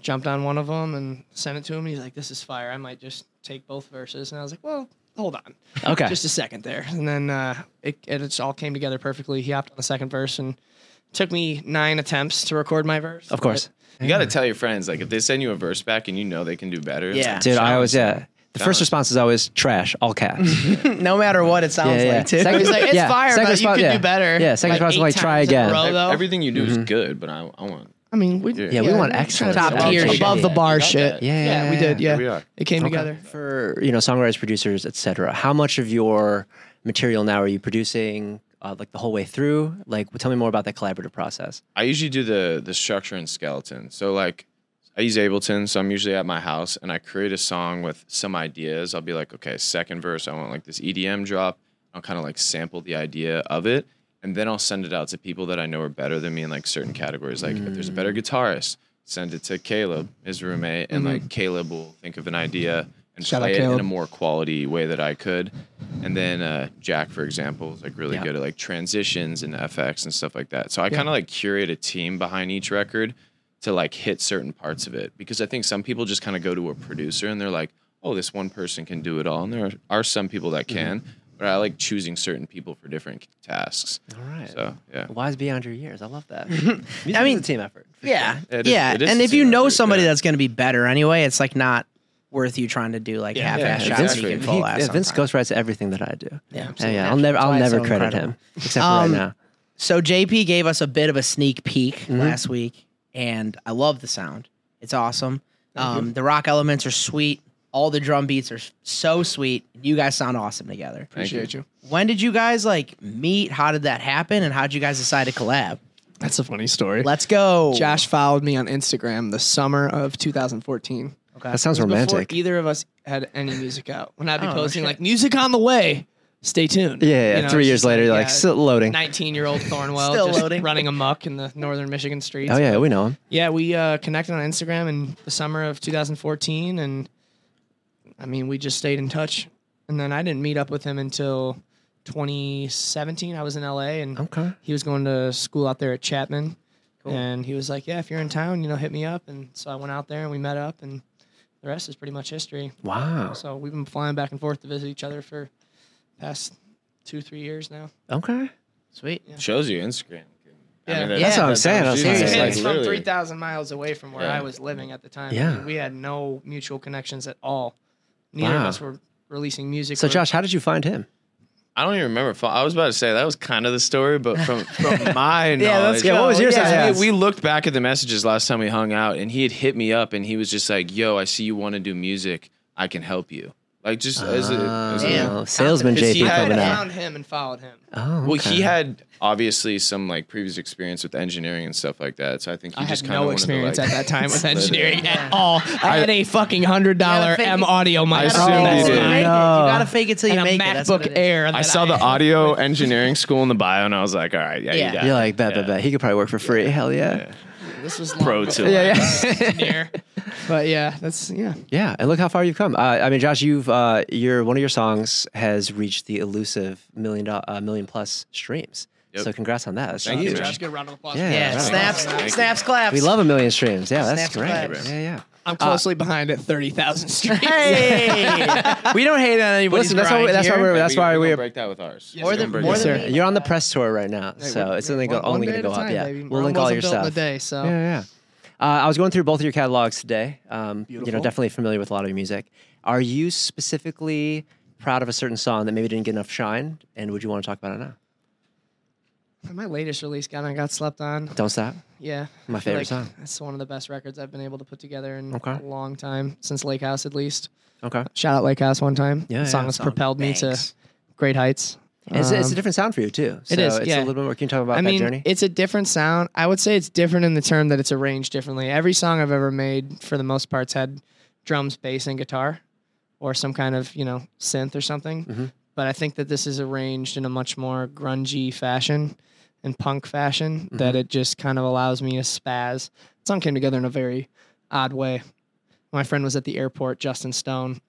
[SPEAKER 8] jumped on one of them and sent it to him. He's like, This is fire. I might just take both verses. And I was like, Well, hold on.
[SPEAKER 2] Okay.
[SPEAKER 8] just a second there. And then uh, it, it just all came together perfectly. He hopped on the second verse and took me nine attempts to record my verse.
[SPEAKER 2] of course.
[SPEAKER 9] You got to tell your friends like if they send you a verse back and you know they can do better.
[SPEAKER 1] Yeah.
[SPEAKER 2] Dude, I always yeah. The
[SPEAKER 9] That
[SPEAKER 2] first
[SPEAKER 9] was-
[SPEAKER 2] response is always trash, all caps.
[SPEAKER 1] No matter what it sounds like, too.
[SPEAKER 2] Second-
[SPEAKER 8] He's like, "It's fire, but you
[SPEAKER 2] response-
[SPEAKER 8] could do better."
[SPEAKER 2] Yeah, second
[SPEAKER 8] Like
[SPEAKER 2] response
[SPEAKER 8] eight
[SPEAKER 2] like try
[SPEAKER 8] times in a
[SPEAKER 2] again.
[SPEAKER 8] row.
[SPEAKER 9] Ev-
[SPEAKER 8] though?
[SPEAKER 9] Everything you do
[SPEAKER 2] Mm-hmm.
[SPEAKER 9] is good, but I, I want.
[SPEAKER 8] I mean, we
[SPEAKER 9] Yeah,
[SPEAKER 2] Yeah, we want
[SPEAKER 8] tried
[SPEAKER 2] excellent.
[SPEAKER 8] to
[SPEAKER 1] Top
[SPEAKER 8] above-
[SPEAKER 1] tier shit.
[SPEAKER 8] above the
[SPEAKER 9] You
[SPEAKER 8] bar
[SPEAKER 9] got
[SPEAKER 8] shit.
[SPEAKER 9] that.
[SPEAKER 2] Yeah,
[SPEAKER 8] Yeah,
[SPEAKER 2] yeah,
[SPEAKER 8] we
[SPEAKER 2] yeah.
[SPEAKER 8] did. Yeah,
[SPEAKER 9] Here we are.
[SPEAKER 8] it came
[SPEAKER 2] Okay.
[SPEAKER 8] together.
[SPEAKER 2] For you know, songwriters, producers, etc. How much of your material now are you producing? Uh, like the whole way through. Like, tell me more about that collaborative process.
[SPEAKER 9] I usually do the the structure and skeleton. So like I use Ableton, so I'm usually at my house and I create a song with some ideas. I'll be like, okay, second verse, I want like this EDM drop. I'll kind of like sample the idea of it. And then I'll send it out to people that I know are better than me in like certain categories. Like if there's a better guitarist, send it to Caleb, his roommate, and like Caleb will think of an idea and
[SPEAKER 8] Mm-hmm. Shout out
[SPEAKER 9] play it in
[SPEAKER 8] Caleb.
[SPEAKER 9] a more quality way that I could. And then uh, Jack, for example, is like really
[SPEAKER 2] Yeah.
[SPEAKER 9] good at like transitions and FX and stuff like that. So I
[SPEAKER 8] Yeah.
[SPEAKER 9] kind of like curate a team behind each record to like hit certain parts of it because I think some people just kind of go to a producer and they're like, oh, this one person can do it all. And there are, are some people that can, but I like choosing certain people for different tasks.
[SPEAKER 2] All right.
[SPEAKER 9] So yeah.
[SPEAKER 2] Wise beyond your years. I love that. Music I mean,
[SPEAKER 1] mean-
[SPEAKER 2] is a team effort. for
[SPEAKER 1] Yeah,
[SPEAKER 2] sure.
[SPEAKER 9] It is-
[SPEAKER 1] yeah.
[SPEAKER 9] it is
[SPEAKER 1] and
[SPEAKER 9] a
[SPEAKER 1] if you
[SPEAKER 9] team
[SPEAKER 1] know
[SPEAKER 9] effort,
[SPEAKER 1] somebody
[SPEAKER 9] yeah.
[SPEAKER 1] that's going to be better anyway, it's like not worth you trying to do like
[SPEAKER 8] Yeah.
[SPEAKER 1] half-ass
[SPEAKER 9] Yeah,
[SPEAKER 1] shots
[SPEAKER 9] exactly.
[SPEAKER 1] that you can
[SPEAKER 9] He-
[SPEAKER 1] full
[SPEAKER 2] yeah,
[SPEAKER 1] ass.
[SPEAKER 2] Vince
[SPEAKER 1] sometimes.
[SPEAKER 2] ghostwrites everything that I do.
[SPEAKER 1] Yeah,
[SPEAKER 2] Yeah,
[SPEAKER 1] absolutely.
[SPEAKER 2] yeah. I'll never,
[SPEAKER 1] That's
[SPEAKER 2] I'll
[SPEAKER 1] why it's
[SPEAKER 2] never
[SPEAKER 1] so
[SPEAKER 2] credit
[SPEAKER 1] incredible.
[SPEAKER 2] him except for
[SPEAKER 1] Um,
[SPEAKER 2] right now.
[SPEAKER 1] So JP gave us a bit of a sneak peek last week, and I love the sound. It's awesome. Um, the rock elements are sweet. All the drum beats are s- so sweet. You guys sound awesome together.
[SPEAKER 9] Thank
[SPEAKER 8] Appreciate you.
[SPEAKER 1] When did you guys like meet? How did that happen? And how did you guys decide to collab?
[SPEAKER 8] That's a funny story.
[SPEAKER 1] Let's go,
[SPEAKER 8] Josh followed me on Instagram the summer of 2014.
[SPEAKER 1] Okay.
[SPEAKER 2] That sounds
[SPEAKER 8] It was
[SPEAKER 2] romantic.
[SPEAKER 8] Before E- either of us had any music out. When I'd be
[SPEAKER 1] Oh, no
[SPEAKER 8] posting
[SPEAKER 1] shit.
[SPEAKER 8] like music on the way, stay tuned.
[SPEAKER 2] Yeah, yeah.
[SPEAKER 8] You know,
[SPEAKER 2] three
[SPEAKER 8] it's
[SPEAKER 2] years
[SPEAKER 8] just
[SPEAKER 2] later, you're like
[SPEAKER 8] yeah,
[SPEAKER 2] still loading.
[SPEAKER 8] 19-year-old Thornwell
[SPEAKER 1] Still
[SPEAKER 8] just
[SPEAKER 1] loading.
[SPEAKER 8] running amok in the northern Michigan streets.
[SPEAKER 2] Oh yeah, we know him.
[SPEAKER 8] Yeah, we uh, connected on Instagram in the summer of 2014, and I mean, we just stayed in touch. And then I didn't meet up with him until 2017. I was in LA, and
[SPEAKER 2] Okay.
[SPEAKER 8] he was going to school out there at Chapman. And he was like, "Yeah, if you're in town, you know, hit me up." And so I went out there and we met up, and the rest is pretty much history.
[SPEAKER 2] Wow.
[SPEAKER 8] So we've been flying back and forth to visit each other for past two, three years now.
[SPEAKER 2] Okay.
[SPEAKER 1] Sweet.
[SPEAKER 9] Shows you Instagram.
[SPEAKER 8] Yeah.
[SPEAKER 9] that-
[SPEAKER 1] That's what I'm
[SPEAKER 9] that-
[SPEAKER 2] saying. I was
[SPEAKER 9] Jesus,
[SPEAKER 2] like-
[SPEAKER 8] And
[SPEAKER 2] Yeah,
[SPEAKER 8] it's from
[SPEAKER 9] literally.
[SPEAKER 8] 3,000 miles away from where
[SPEAKER 9] Yeah.
[SPEAKER 8] I was living at the time. I
[SPEAKER 2] Yeah.
[SPEAKER 8] mean, we had no mutual connections at all. Neither of
[SPEAKER 2] Wow.
[SPEAKER 8] us were releasing music.
[SPEAKER 2] So
[SPEAKER 8] or-
[SPEAKER 2] Josh, how did you find him?
[SPEAKER 9] I don't even remember. if- I was about to say that was kind of the story, but from from my knowledge,
[SPEAKER 2] let's Yeah, what go. was yours?
[SPEAKER 9] Because
[SPEAKER 2] Yeah, yeah.
[SPEAKER 9] We, we looked back at the messages last time we hung out, and he had hit me up, and he was just like, "Yo, I see you want to do music. I can help you." Like just as a, as a-
[SPEAKER 1] damn.
[SPEAKER 2] Oh, salesman
[SPEAKER 9] Because he
[SPEAKER 2] JP
[SPEAKER 9] had-
[SPEAKER 8] I
[SPEAKER 2] coming
[SPEAKER 9] Yeah.
[SPEAKER 2] out.
[SPEAKER 8] found him and followed him.
[SPEAKER 2] Oh,
[SPEAKER 9] well,
[SPEAKER 2] okay.
[SPEAKER 9] he had obviously some like previous experience with engineering and stuff like that. So I think he
[SPEAKER 8] I
[SPEAKER 9] just
[SPEAKER 8] had
[SPEAKER 9] kind of
[SPEAKER 8] no experience
[SPEAKER 9] like,
[SPEAKER 8] at that time with
[SPEAKER 9] split it.
[SPEAKER 8] engineering at all. I had a fucking hundred dollar
[SPEAKER 1] fake-
[SPEAKER 8] M audio
[SPEAKER 9] I
[SPEAKER 8] mic.
[SPEAKER 9] assumed you
[SPEAKER 8] That's
[SPEAKER 9] did.
[SPEAKER 8] mine.
[SPEAKER 1] You
[SPEAKER 2] No.
[SPEAKER 1] gotta fake it till you
[SPEAKER 8] and a
[SPEAKER 1] make it. That's what
[SPEAKER 8] MacBook
[SPEAKER 1] it is.
[SPEAKER 8] Air.
[SPEAKER 9] I
[SPEAKER 8] that
[SPEAKER 9] saw the
[SPEAKER 8] had.
[SPEAKER 9] audio engineering school in the bio, and I was like, "All right, yeah,
[SPEAKER 1] Yeah.
[SPEAKER 9] you got
[SPEAKER 2] You're
[SPEAKER 9] it.
[SPEAKER 2] like, bet, bet, bet. He could probably work for free. Hell yeah.
[SPEAKER 8] This was
[SPEAKER 9] Pro
[SPEAKER 8] long
[SPEAKER 9] Tool."
[SPEAKER 8] before
[SPEAKER 2] Yeah,
[SPEAKER 8] I
[SPEAKER 2] yeah.
[SPEAKER 8] was an engineer. But yeah, that's yeah.
[SPEAKER 2] Yeah, and look how far you've come. Uh, I mean, Josh, you've uh, your one of your songs has reached the elusive million do- uh, million plus streams.
[SPEAKER 9] Yep.
[SPEAKER 2] So congrats on that. That's
[SPEAKER 9] Thank you,
[SPEAKER 2] huge.
[SPEAKER 9] man.
[SPEAKER 8] Josh, good round of applause.
[SPEAKER 2] Yeah,
[SPEAKER 8] for
[SPEAKER 1] Yeah,
[SPEAKER 8] that.
[SPEAKER 2] right.
[SPEAKER 1] snaps,
[SPEAKER 9] Thank you.
[SPEAKER 1] snaps, claps.
[SPEAKER 2] We love a million streams. Yeah, that's
[SPEAKER 1] Snaps and
[SPEAKER 2] great.
[SPEAKER 1] claps.
[SPEAKER 2] Yeah, yeah.
[SPEAKER 8] I'm closely behind at thirty thousand streams.
[SPEAKER 1] Hey, we don't hate on anybody's
[SPEAKER 2] Listen, that's why we-
[SPEAKER 1] grind
[SPEAKER 2] that's why
[SPEAKER 1] here.
[SPEAKER 2] we're- that's
[SPEAKER 9] We-
[SPEAKER 2] why
[SPEAKER 9] we
[SPEAKER 2] we're
[SPEAKER 9] gonna break that with ours.
[SPEAKER 1] More than-
[SPEAKER 9] We're gonna
[SPEAKER 1] more
[SPEAKER 9] break
[SPEAKER 1] than
[SPEAKER 9] that.
[SPEAKER 1] me.
[SPEAKER 2] Sir, you're on the press tour right now,
[SPEAKER 8] Hey,
[SPEAKER 2] so
[SPEAKER 8] we're-
[SPEAKER 2] it's only,
[SPEAKER 8] we're
[SPEAKER 2] go,
[SPEAKER 8] one-
[SPEAKER 2] only
[SPEAKER 8] one
[SPEAKER 2] going to
[SPEAKER 8] day
[SPEAKER 2] go
[SPEAKER 8] at a
[SPEAKER 2] up.
[SPEAKER 8] time,
[SPEAKER 2] Yeah,
[SPEAKER 8] baby.
[SPEAKER 2] we'll
[SPEAKER 8] Rome
[SPEAKER 2] link all
[SPEAKER 8] wasn't
[SPEAKER 2] your
[SPEAKER 8] built in
[SPEAKER 2] stuff.
[SPEAKER 8] a day, so.
[SPEAKER 2] yeah, yeah. Uh, I was going through both of your catalogs today. Um, you know,
[SPEAKER 8] Beautiful.
[SPEAKER 2] definitely familiar with a lot of your music. Are you specifically proud of a certain song that maybe didn't get enough shine? And would you want to talk about it now?
[SPEAKER 8] My latest release, "Got On Got Slept On."
[SPEAKER 2] Don't stop.
[SPEAKER 8] Yeah,
[SPEAKER 2] My
[SPEAKER 8] I feel
[SPEAKER 2] favorite
[SPEAKER 8] like
[SPEAKER 2] song.
[SPEAKER 8] That's one of the best records I've been able to put together in
[SPEAKER 2] Okay.
[SPEAKER 8] a long time since Lake House, at least.
[SPEAKER 2] Okay.
[SPEAKER 8] Shout out Lake House one time.
[SPEAKER 2] Yeah,
[SPEAKER 8] the song
[SPEAKER 2] yeah,
[SPEAKER 8] has
[SPEAKER 1] song
[SPEAKER 8] propelled me
[SPEAKER 1] bangs.
[SPEAKER 8] to great heights.
[SPEAKER 2] And It's, it's
[SPEAKER 8] Um,
[SPEAKER 2] a different sound for you too. So
[SPEAKER 8] it is,
[SPEAKER 2] It's
[SPEAKER 8] yeah.
[SPEAKER 2] a little bit more. Can you talk about
[SPEAKER 8] I
[SPEAKER 2] that
[SPEAKER 8] mean,
[SPEAKER 2] journey?
[SPEAKER 8] it's a different sound. I would say it's different in the term that it's arranged differently. Every song I've ever made, for the most part's had drums, bass, and guitar, or some kind of you know synth or something.
[SPEAKER 2] Mhm.
[SPEAKER 8] But I think that this is arranged in a much more grungy fashion and punk fashion
[SPEAKER 2] Mm-hmm.
[SPEAKER 8] that it just kind of allows me to spaz. The song came together in a very odd way. My friend was at the airport, Justin Stone,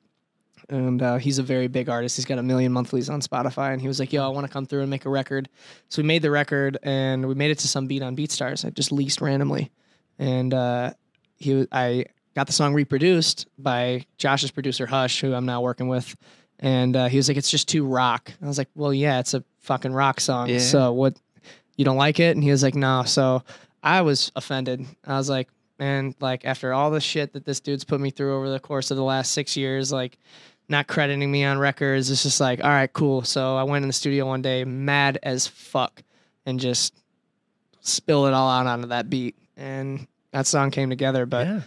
[SPEAKER 8] and uh, he's a very big artist. He's got a million monthlies on Spotify, and he was like, "Yo, I want to come through and make a record." So we made the record, and we made it to some beat on BeatStars. I just leased randomly, and uh, he, wa- I got the song reproduced by Josh's producer Hush, who I'm now working with, and uh, he was like, "It's just too rock." I was like, "Well, yeah, it's a fucking rock song.
[SPEAKER 2] Yeah.
[SPEAKER 8] So what? You don't like it?" And he was like, "No." So I was offended. I was like. And like after all the shit that this dude's put me through over the course of the last six years, like not crediting me on records. It's just like, all right, cool. So I went in the studio one day, mad as fuck, and just spill it all out onto that beat. And that song came together, but
[SPEAKER 2] yeah.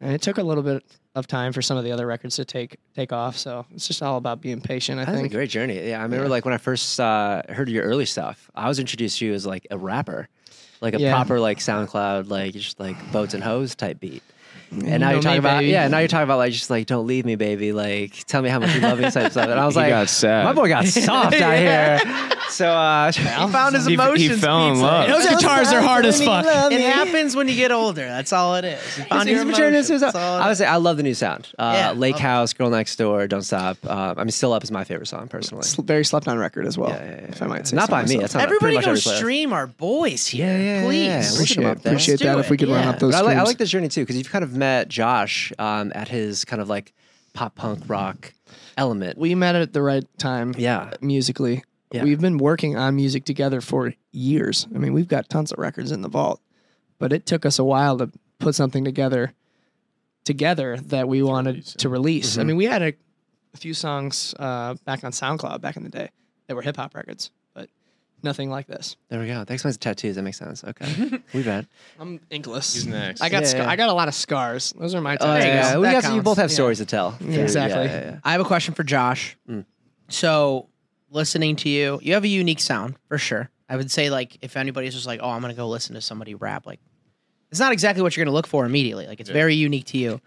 [SPEAKER 8] and it took a little bit of time for some of the other records to take take off. So it's just all about being patient. I
[SPEAKER 2] That's a
[SPEAKER 8] think.
[SPEAKER 2] great journey. Yeah, I remember
[SPEAKER 8] Yeah.
[SPEAKER 2] like when I first uh, heard your early stuff, I was introduced to you as like a rapper, like a
[SPEAKER 8] Yeah.
[SPEAKER 2] proper like SoundCloud, like just like boats and hoes type beat. And now
[SPEAKER 8] Mm, know
[SPEAKER 2] you're talking
[SPEAKER 8] me,
[SPEAKER 2] about
[SPEAKER 8] baby.
[SPEAKER 2] yeah. Now you're talking about like just like don't leave me, baby. Like tell me how much you love me type stuff. And I was
[SPEAKER 9] He
[SPEAKER 2] like,
[SPEAKER 9] got sad.
[SPEAKER 2] my boy got soft out here. So uh, he found his
[SPEAKER 9] He- he
[SPEAKER 2] emotions.
[SPEAKER 9] fell in
[SPEAKER 2] pizza.
[SPEAKER 9] love.
[SPEAKER 8] Those guitars are hard as fuck.
[SPEAKER 1] It happens when you get older. That's all it is. You
[SPEAKER 2] He's-
[SPEAKER 1] found
[SPEAKER 2] he's
[SPEAKER 1] your
[SPEAKER 2] maturing
[SPEAKER 1] emotions.
[SPEAKER 2] into his-
[SPEAKER 1] That's all it
[SPEAKER 2] I would
[SPEAKER 1] is.
[SPEAKER 2] say I love the new sound. Uh,
[SPEAKER 1] Yeah,
[SPEAKER 2] Lake
[SPEAKER 1] love it.
[SPEAKER 2] House, Girl Next Door, Don't Stop. Uh, I mean, Still Up is my favorite song personally.
[SPEAKER 8] Sl- very slept on record as well.
[SPEAKER 2] Yeah, yeah, yeah,
[SPEAKER 8] If I might say
[SPEAKER 2] Not
[SPEAKER 8] so
[SPEAKER 2] by me.
[SPEAKER 8] myself.
[SPEAKER 2] That's not pretty
[SPEAKER 1] Everybody
[SPEAKER 2] much
[SPEAKER 1] go
[SPEAKER 2] every playlist.
[SPEAKER 1] stream our boys here,
[SPEAKER 2] Yeah, yeah, yeah,
[SPEAKER 1] please.
[SPEAKER 2] yeah. Look
[SPEAKER 8] appreciate
[SPEAKER 2] him up there.
[SPEAKER 8] appreciate
[SPEAKER 1] Let's do
[SPEAKER 8] that. If we
[SPEAKER 1] it,
[SPEAKER 8] could run
[SPEAKER 1] yeah.
[SPEAKER 8] up those,
[SPEAKER 2] But I like, I
[SPEAKER 8] streams.
[SPEAKER 2] like this journey too because you've kind of met Josh um, at his kind of like pop punk rock element.
[SPEAKER 8] we met at the right time.
[SPEAKER 2] yeah,
[SPEAKER 8] musically.
[SPEAKER 2] Yeah.
[SPEAKER 8] We've been working on music together for years. I mean, we've got tons of records in the vault, but it took us a while to put something together together that we wanted to release.
[SPEAKER 2] Mm-hmm.
[SPEAKER 8] I mean, we had a, a few songs uh, back on SoundCloud back in the day that were hip hop records, but nothing like this.
[SPEAKER 2] there we go. That explains the tattoos. That makes sense. Okay, we bet.
[SPEAKER 8] I'm inkless.
[SPEAKER 9] He's next.
[SPEAKER 8] I got
[SPEAKER 2] Yeah,
[SPEAKER 8] scar-
[SPEAKER 2] yeah.
[SPEAKER 8] I got a lot of scars. Those are my
[SPEAKER 2] Oh,
[SPEAKER 8] tattoos.
[SPEAKER 2] yeah,
[SPEAKER 1] go.
[SPEAKER 2] we
[SPEAKER 1] That
[SPEAKER 2] got you
[SPEAKER 1] counts.
[SPEAKER 2] both have
[SPEAKER 1] Yeah.
[SPEAKER 2] stories to tell. Yeah,
[SPEAKER 8] exactly.
[SPEAKER 2] yeah, yeah.
[SPEAKER 1] I have a question for Josh.
[SPEAKER 2] Mm.
[SPEAKER 1] So, listening to you, you have a unique sound for sure. I would say, like, if anybody's just like, oh, I'm going to go listen to somebody rap, like, it's not exactly what you're going to look for immediately. Like, it's very unique to you.